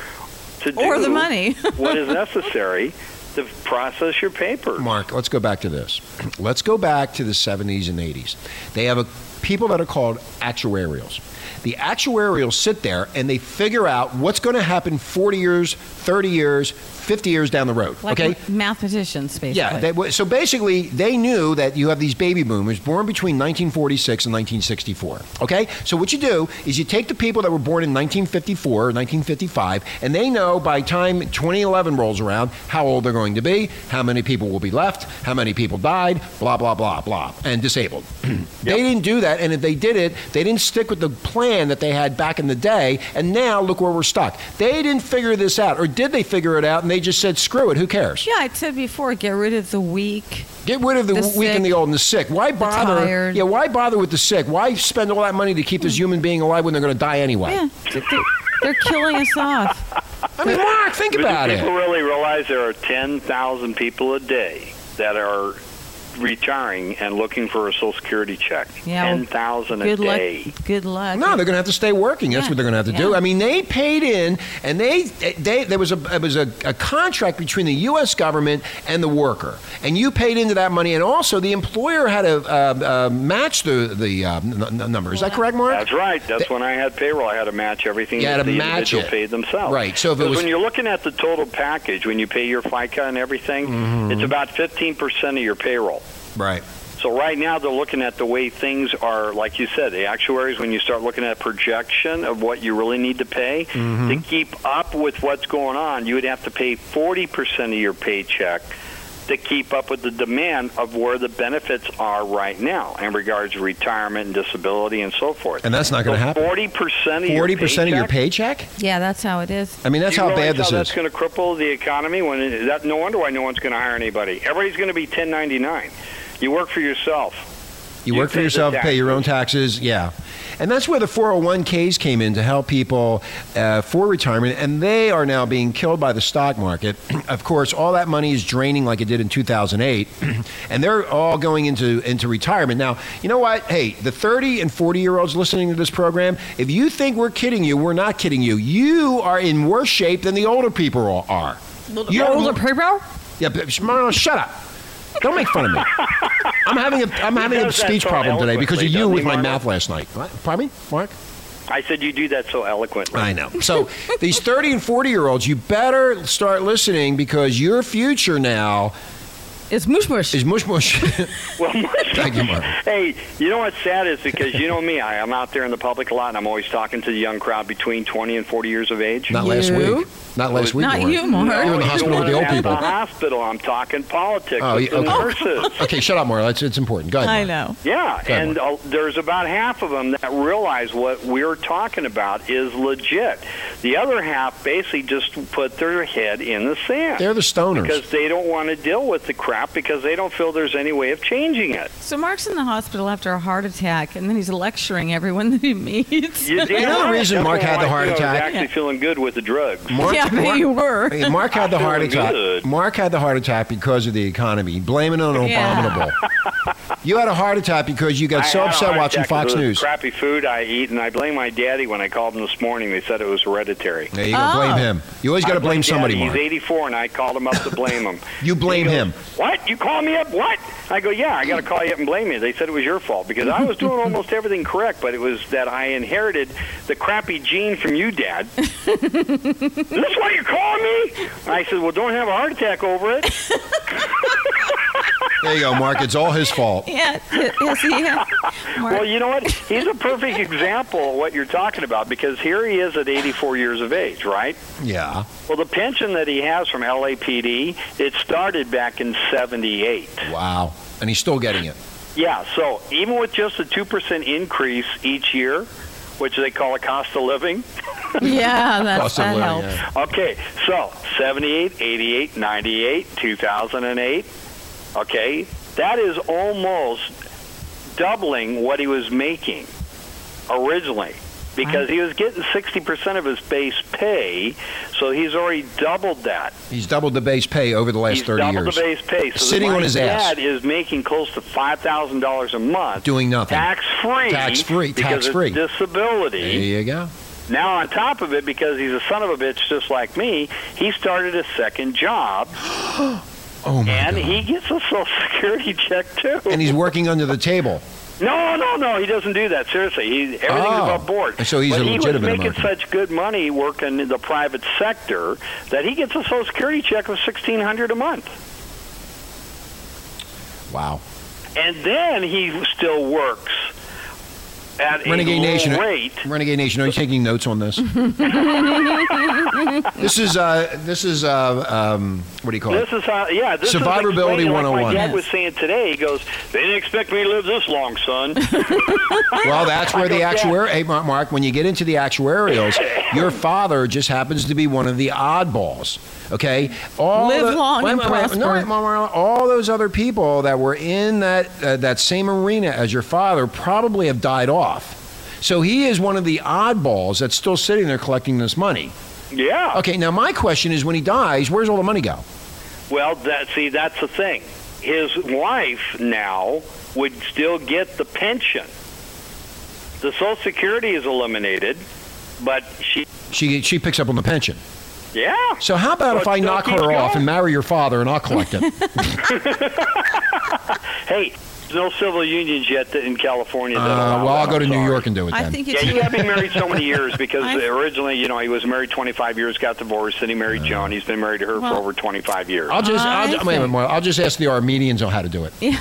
Speaker 7: to do
Speaker 4: Or the money.
Speaker 7: what is necessary to process your paper.
Speaker 6: Mark, let's go back to this. Let's go back to the 70s and 80s. They have a people that are called actuarials. The actuarials sit there and they figure out what's going to happen 40 years, 30 years, 50 years down the road.
Speaker 4: Like
Speaker 6: okay?
Speaker 4: mathematicians, basically.
Speaker 6: Yeah. They, w- so basically, they knew that you have these baby boomers born between 1946 and 1964. Okay. So what you do is you take the people that were born in 1954 or 1955, and they know by time 2011 rolls around how old they're going to be, how many people will be left, how many people died, blah blah blah blah, and disabled. They didn't do that, and if they did it, they didn't stick with the plan that they had back in the day. And now look where we're stuck. They didn't figure this out, or did they figure it out? And they just said, "Screw it. Who cares?"
Speaker 4: Yeah, I said before, get rid of the weak.
Speaker 6: Get rid of the,
Speaker 4: The
Speaker 6: w weak and the
Speaker 4: sick,
Speaker 6: old and the sick. Why bother?
Speaker 4: tired. Hmm.
Speaker 6: Yeah, why bother with the sick? Why spend all that money to keep this human being alive when they're going to die anyway?
Speaker 4: Yeah, they're, they're killing us off.
Speaker 6: I mean, Mark, think
Speaker 7: But
Speaker 6: about
Speaker 7: do
Speaker 6: it.
Speaker 7: people really realize there are 10,000 people a day that are retiring and looking for a Social Security check?
Speaker 4: Yeah, well,
Speaker 7: 10,000 a
Speaker 4: Good luck.
Speaker 7: day.
Speaker 4: Good luck.
Speaker 6: No, they're going to have to stay working. That's
Speaker 4: Yeah,
Speaker 6: what they're going to have to do.
Speaker 4: yeah.
Speaker 6: I mean, they paid in, and they, they there was a it was a, a contract between the U.S. government and the worker, and you paid into that money, and also the employer had to uh, uh, match the the uh, n- n- number. Is that correct, Mark?
Speaker 7: That's right. That's when I had payroll. I had to match everything
Speaker 6: You had
Speaker 7: that
Speaker 6: to
Speaker 7: the
Speaker 6: match
Speaker 7: individual
Speaker 6: it.
Speaker 7: paid themselves.
Speaker 6: Right, so if it
Speaker 7: 'Cause
Speaker 6: was-
Speaker 7: when you're looking at the total package, when you pay your FICA and everything,
Speaker 6: Mm-hmm.
Speaker 7: it's about 15% of your payroll.
Speaker 6: Right.
Speaker 7: So right now they're looking at the way things are, like you said, the actuaries. When you start looking at projection of what you really need to pay
Speaker 6: Mm-hmm.
Speaker 7: to keep up with what's going on, you would have to pay forty percent of your paycheck to keep up with the demand of where the benefits are right now in regards to retirement and disability and so forth.
Speaker 6: And that's not going to happen.
Speaker 7: Forty percent of
Speaker 6: Forty
Speaker 7: your
Speaker 6: percent of your
Speaker 7: paycheck?
Speaker 6: paycheck.
Speaker 4: Yeah, that's how it is.
Speaker 6: I mean, that's
Speaker 7: Do you
Speaker 6: how
Speaker 7: realize
Speaker 6: bad this
Speaker 7: how
Speaker 6: is.
Speaker 7: That's going to cripple the economy. When it, that, no wonder why no one's going to hire anybody. Everybody's going to be 1099. You work for yourself.
Speaker 6: You,
Speaker 7: You
Speaker 6: work for
Speaker 7: pay the
Speaker 6: yourself, pay your own taxes. Yeah. And that's where the 401ks came in to help people uh, for retirement. And they are now being killed by the stock market. of course, all that money is draining like it did in 2008. and they're all going into, into retirement. Now, you know what? Hey, the 30 and 40 year olds listening to this program, if you think we're kidding you, we're not kidding you. You are in worse shape than the older people are. You're
Speaker 4: older people.
Speaker 6: Yeah, but Shmano, shut up. Don't make fun of me. I'm having a I'm
Speaker 7: He
Speaker 6: having a
Speaker 7: does that
Speaker 6: speech
Speaker 7: so
Speaker 6: problem today because of
Speaker 7: eloquently,
Speaker 6: you with
Speaker 7: doesn't
Speaker 6: my
Speaker 7: he,
Speaker 6: mouth last night. What? Pardon me, Mark.
Speaker 7: I said you do that so eloquently.
Speaker 6: I know. So these 30 and 40 year olds, you better start listening because your future now
Speaker 4: It's mush mush.
Speaker 6: is mush mush.
Speaker 7: Well,
Speaker 6: Thank you, Mark.
Speaker 7: Hey, you know what's sad is because you know me, I, am out there in the public a lot, and I'm always talking to the young crowd between 20 and 40 years of age.
Speaker 6: Not last
Speaker 4: You?
Speaker 6: week. Not last week.
Speaker 4: Not
Speaker 6: Mark.
Speaker 4: you, Mark.
Speaker 6: You were in the
Speaker 7: You
Speaker 6: hospital with
Speaker 7: want
Speaker 6: the old
Speaker 7: to have
Speaker 6: people.
Speaker 7: The hospital. I'm talking politics.
Speaker 6: Oh,
Speaker 7: with
Speaker 6: yeah,
Speaker 7: the
Speaker 6: okay.
Speaker 7: nurses.
Speaker 6: Okay, shut up, Mark. That's it's important. Go ahead.
Speaker 4: I
Speaker 6: Mark.
Speaker 4: know.
Speaker 7: Yeah,
Speaker 6: Go ahead,
Speaker 7: and uh, there's about half of them that realize what we're talking about is legit. The other half basically just put their head in the sand
Speaker 6: They're the stoners.
Speaker 7: because they don't want to deal with the crap because they don't feel there's any way of changing it.
Speaker 4: So Mark's in the hospital after a heart attack, and then he's lecturing everyone that he meets.
Speaker 7: You,
Speaker 6: You know the reason Mark had the heart attack?
Speaker 7: actually feeling good with the drugs.
Speaker 6: Mark,
Speaker 4: yeah, but you were.
Speaker 6: Hey, Mark had the
Speaker 7: I'm
Speaker 6: heart
Speaker 7: feeling
Speaker 6: attack.
Speaker 7: good.
Speaker 6: Mark had the heart attack because of the economy. Blame it on
Speaker 4: Yeah.
Speaker 6: abominable. you had a heart attack because you got so
Speaker 7: I had a
Speaker 6: upset
Speaker 7: heart
Speaker 6: watching
Speaker 7: attack 'cause
Speaker 6: Fox
Speaker 7: of the
Speaker 6: News.
Speaker 7: Crappy food I eat, and I blame my daddy when I called him this morning. They said it was hereditary.
Speaker 6: There you go. Blame
Speaker 4: Oh.
Speaker 6: him. You always got to
Speaker 7: I
Speaker 6: blame
Speaker 7: blame
Speaker 6: somebody,
Speaker 7: Daddy.
Speaker 6: Mark.
Speaker 7: He's 84, and I called him up to blame him.
Speaker 6: You blame
Speaker 7: He goes,
Speaker 6: him.
Speaker 7: What? You call me up? What? I go, yeah, I got to call you up and blame you. They said it was your fault because I was doing almost everything correct, but it was that I inherited the crappy gene from you, Dad. Is this why you're calling me? I said, well, don't have a heart attack over it.
Speaker 6: There you go, Mark. It's all his fault.
Speaker 4: Yeah, yes, he had. Mark,
Speaker 7: Well, you know what? He's a perfect example of what you're talking about because here he is at 84 years of age, right?
Speaker 6: Yeah.
Speaker 7: Well, the pension that he has from LAPD, it started back in 78.
Speaker 6: Wow. And he's still getting it.
Speaker 7: Yeah, so even with just a 2% increase each year, which they call a cost of living.
Speaker 4: yeah, that's,
Speaker 6: Cost of
Speaker 4: that
Speaker 6: living,
Speaker 4: helps.
Speaker 6: yeah.
Speaker 7: Okay, so 78, 88, 98, 2008. Okay, that is almost doubling what he was making originally because he was getting 60% of his base pay, so he's already doubled that.
Speaker 6: He's doubled the base pay over the last
Speaker 7: he's
Speaker 6: 30
Speaker 7: doubled
Speaker 6: years.
Speaker 7: the base pay. So
Speaker 6: Sitting
Speaker 7: my
Speaker 6: on his ass.
Speaker 7: dad is making close to $5,000 a month.
Speaker 6: Doing nothing.
Speaker 7: Tax free.
Speaker 6: Tax-free, tax-free.
Speaker 7: Disability.
Speaker 6: There you go.
Speaker 7: Now, on top of it, because he's a son of a bitch just like me, he started a second job
Speaker 6: Oh, my
Speaker 7: and
Speaker 6: God.
Speaker 7: he gets a Social Security check too.
Speaker 6: and he's working under the table.
Speaker 7: No, no, no. He doesn't do that. Seriously, he everything's
Speaker 6: Oh.
Speaker 7: above board.
Speaker 6: So he's
Speaker 7: but
Speaker 6: a legitimate
Speaker 7: He was making
Speaker 6: American.
Speaker 7: such good money working in the private sector that he gets a Social Security check of sixteen hundred a month,
Speaker 6: Wow.
Speaker 7: and then he still works at
Speaker 6: Renegade
Speaker 7: a low
Speaker 6: Nation.
Speaker 7: rate.
Speaker 6: Renegade Nation, are you taking notes on this? this is uh, this is uh, um, what do you call
Speaker 7: This
Speaker 6: it?
Speaker 7: is how, yeah. This
Speaker 6: Survivability
Speaker 7: is explaining, Like
Speaker 6: 101.
Speaker 7: my dad was saying today, he goes, "They didn't expect me to live this long, son."
Speaker 6: Well, that's where the actuary. Hey, Mark, Mark, when you get into the actuarials, your father just happens to be one of the oddballs. Okay, all
Speaker 4: Live long and
Speaker 6: no,
Speaker 4: prosper.
Speaker 6: wait, Mom, Mom, all those other people that were in that uh, that same arena as your father probably have died off. So he is one of the oddballs that's still sitting there collecting this money.
Speaker 7: yeah.
Speaker 6: Okay, now my question is, when he dies, where's all the money go?
Speaker 7: Well, that see, that's the thing. His wife now would still get the pension. The Social Security is eliminated, but she,
Speaker 6: She she picks up on the pension.
Speaker 7: yeah,
Speaker 6: So how about if
Speaker 7: But
Speaker 6: I
Speaker 7: don't
Speaker 6: knock
Speaker 7: keep
Speaker 6: her off
Speaker 7: going.
Speaker 6: and marry your father and I'll collect it?
Speaker 7: hey, there's no civil unions yet in California. That
Speaker 6: Uh,
Speaker 7: allow
Speaker 6: well, I'll
Speaker 7: that.
Speaker 6: go to
Speaker 7: I'm
Speaker 6: New
Speaker 7: sorry.
Speaker 6: York and do it then.
Speaker 4: I think
Speaker 7: Yeah,
Speaker 4: it's
Speaker 7: you haven't been married so many years because
Speaker 4: I-
Speaker 7: originally, you know, he was married 25 years, got divorced, then he married Joan. He's been married to her
Speaker 4: Well-
Speaker 7: for over 25 years.
Speaker 6: I'll just I'll,
Speaker 4: I
Speaker 6: ju- wait a minute,
Speaker 4: think-
Speaker 6: Moira. I'll just ask the Armenians on how to do it. Yeah,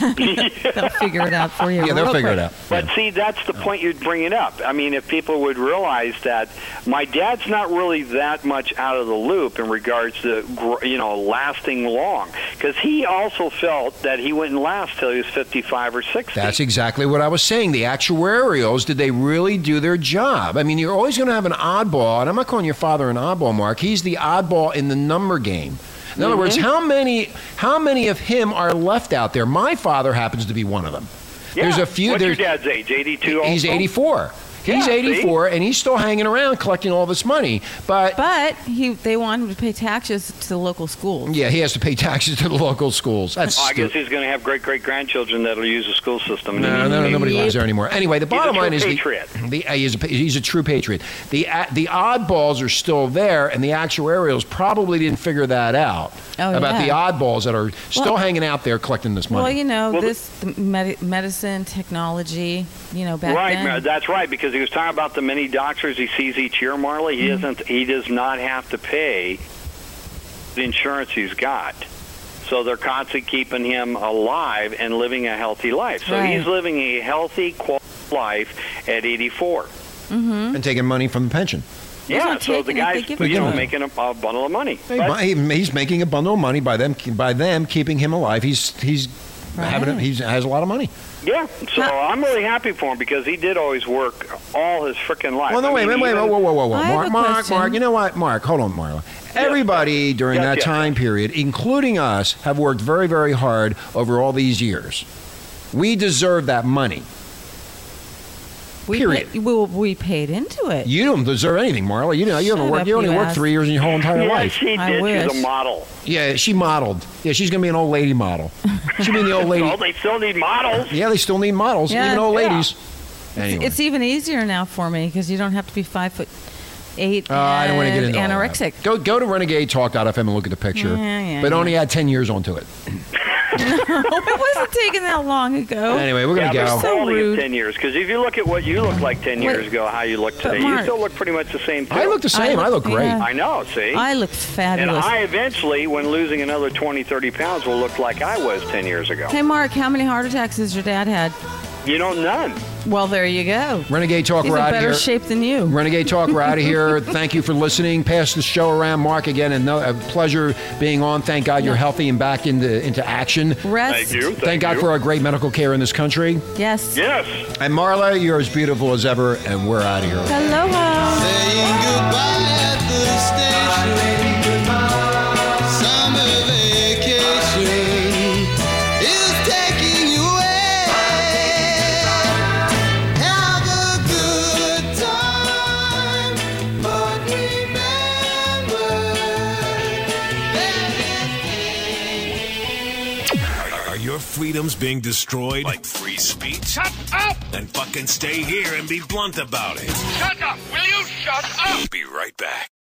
Speaker 4: they'll figure it out for you.
Speaker 6: they'll
Speaker 4: real
Speaker 6: figure it
Speaker 4: quick.
Speaker 6: out.
Speaker 7: But see, that's the point you're bringing up. I mean, if people would realize that my dad's not really that much out of the loop in regards to gr- you know lasting long, because he also felt that he wouldn't last till he was 55 or 60.
Speaker 6: That's exactly what I was saying. The actuarials, did they really do their job? I mean, you're always going to have an oddball, and I'm not calling your father an oddball, Mark. He's the oddball in the number game. In other
Speaker 4: Mm-hmm.
Speaker 6: words, how many how many of him are left out there? My father happens to be one of them.
Speaker 7: yeah.
Speaker 6: There's a few.
Speaker 7: What's your
Speaker 6: there's,
Speaker 7: dad's age? 82.
Speaker 6: he's
Speaker 7: also?
Speaker 6: 84.
Speaker 7: Yeah,
Speaker 6: he's
Speaker 7: see?
Speaker 6: 84, and he's still hanging around collecting all this money. But
Speaker 4: But he, they want him to pay taxes to the local schools.
Speaker 6: yeah, he has to pay taxes to the local schools. That's
Speaker 7: Oh, I guess
Speaker 6: stu-
Speaker 7: he's going to have great great grandchildren that'll use the school system.
Speaker 6: No, no, no, nobody lives there anymore. Anyway, the
Speaker 7: a
Speaker 6: bottom
Speaker 7: true
Speaker 6: line is the-
Speaker 7: patriot.
Speaker 6: The, uh, he's, a, pa- he's a true patriot. The uh, the oddballs are still there, and the actuarials probably didn't figure that out
Speaker 4: Oh,
Speaker 6: about
Speaker 4: yeah.
Speaker 6: the oddballs that are still
Speaker 4: Well-
Speaker 6: hanging out there collecting this money.
Speaker 4: Well, you know,
Speaker 7: Well,
Speaker 4: this the med- medicine, technology, you know, back
Speaker 7: right,
Speaker 4: then.
Speaker 7: ma- that's right. Because he was talking about the many doctors he sees each year, Marley.
Speaker 4: Mm-hmm.
Speaker 7: He doesn't. He does not have to pay the insurance he's got. So they're constantly keeping him alive and living a healthy life. So
Speaker 4: Right.
Speaker 7: he's living a healthy quality life at 84.
Speaker 6: and taking money from the pension.
Speaker 4: He's
Speaker 7: yeah.
Speaker 4: not
Speaker 7: So the
Speaker 4: taking it, they
Speaker 7: guy's
Speaker 4: give
Speaker 6: it
Speaker 7: you
Speaker 6: to
Speaker 7: know
Speaker 6: him.
Speaker 7: making a, a bundle of money.
Speaker 6: Hey,
Speaker 7: But-
Speaker 6: bu- he- he's making a bundle of money by them by them keeping him alive. He's he's having a,
Speaker 4: Right.
Speaker 6: he's has a lot of money.
Speaker 7: yeah. So
Speaker 4: How-
Speaker 7: I'm really happy for him because he did always work all his freaking life.
Speaker 6: Well, no,
Speaker 7: I
Speaker 6: wait,
Speaker 7: mean,
Speaker 6: wait, wait, whoa,
Speaker 7: even-
Speaker 6: whoa, whoa, whoa,
Speaker 4: I have
Speaker 6: Mark,
Speaker 4: a
Speaker 6: Mark,
Speaker 4: question.
Speaker 6: Mark. You know what, Mark? Hold on, Marla. Everybody during
Speaker 7: Yes,
Speaker 6: that
Speaker 7: yes.
Speaker 6: time period, including us, have worked very, very hard over all these years. We deserve that money.
Speaker 4: we
Speaker 6: period.
Speaker 4: Pay, we, we paid into it.
Speaker 6: You don't deserve anything, Marla. You know, you haven't
Speaker 4: Shut
Speaker 6: worked.
Speaker 4: up,
Speaker 6: You only
Speaker 4: you
Speaker 6: worked
Speaker 4: ass.
Speaker 6: three years in your whole entire
Speaker 7: Yeah,
Speaker 6: life.
Speaker 7: she
Speaker 4: I
Speaker 7: did. She's
Speaker 4: wish.
Speaker 7: a model.
Speaker 6: Yeah, she modeled. Yeah, she's gonna be an old lady model. She'll be the old lady.
Speaker 7: Oh, they still need models.
Speaker 6: Yeah, they still need models,
Speaker 4: Yeah.
Speaker 6: even old
Speaker 7: Yeah.
Speaker 6: ladies. Anyway.
Speaker 4: It's even easier now for me because you don't have to be five foot eight.
Speaker 6: Uh, I don't want to get
Speaker 4: and
Speaker 6: into all that.
Speaker 4: anorexic.
Speaker 6: Go go to renegadetalk.fm and look at the picture.
Speaker 4: Yeah, yeah,
Speaker 6: but
Speaker 4: yeah.
Speaker 6: only add ten years onto it.
Speaker 4: it wasn't taken that long ago.
Speaker 6: Anyway, we're
Speaker 7: Yeah,
Speaker 6: gonna
Speaker 7: but
Speaker 6: go.
Speaker 7: it's only
Speaker 4: So rude.
Speaker 7: ten years. Because if you look at what you looked like ten years ago, how you look today, you
Speaker 4: Mark-
Speaker 7: still look pretty much the same. Too.
Speaker 6: I look the same. I look,
Speaker 4: look-
Speaker 6: great.
Speaker 4: yeah.
Speaker 7: I know. See.
Speaker 4: I looked
Speaker 7: and
Speaker 4: fabulous.
Speaker 7: I eventually, when losing another 20, 30 pounds, will look like I was 10 years ago.
Speaker 4: hey, Mark, how many heart attacks has your dad had?
Speaker 7: You know, none.
Speaker 4: Well, there you go.
Speaker 6: Renegade Talk,
Speaker 4: He's
Speaker 6: we're
Speaker 4: in
Speaker 6: out of
Speaker 4: better
Speaker 6: here.
Speaker 4: shape than you.
Speaker 6: Renegade Talk, we're out of here. Thank you for listening. Pass the show around, Mark. Again, another, a pleasure being on. Thank God you're healthy and back into into action.
Speaker 4: Rest.
Speaker 6: Thank, God for our great medical care in this country.
Speaker 4: Yes.
Speaker 7: Yes.
Speaker 6: And Marla, you're as beautiful as ever, and we're out of here.
Speaker 4: Aloha.
Speaker 5: Saying goodbye at the station. Summer vacation is taking you away. Have a good time, but remember there is.
Speaker 1: Are, are your freedoms being destroyed? Like free speech? Shut up! Then fucking stay here and be blunt about it.
Speaker 10: Shut up! Will you shut up?
Speaker 1: Be right back.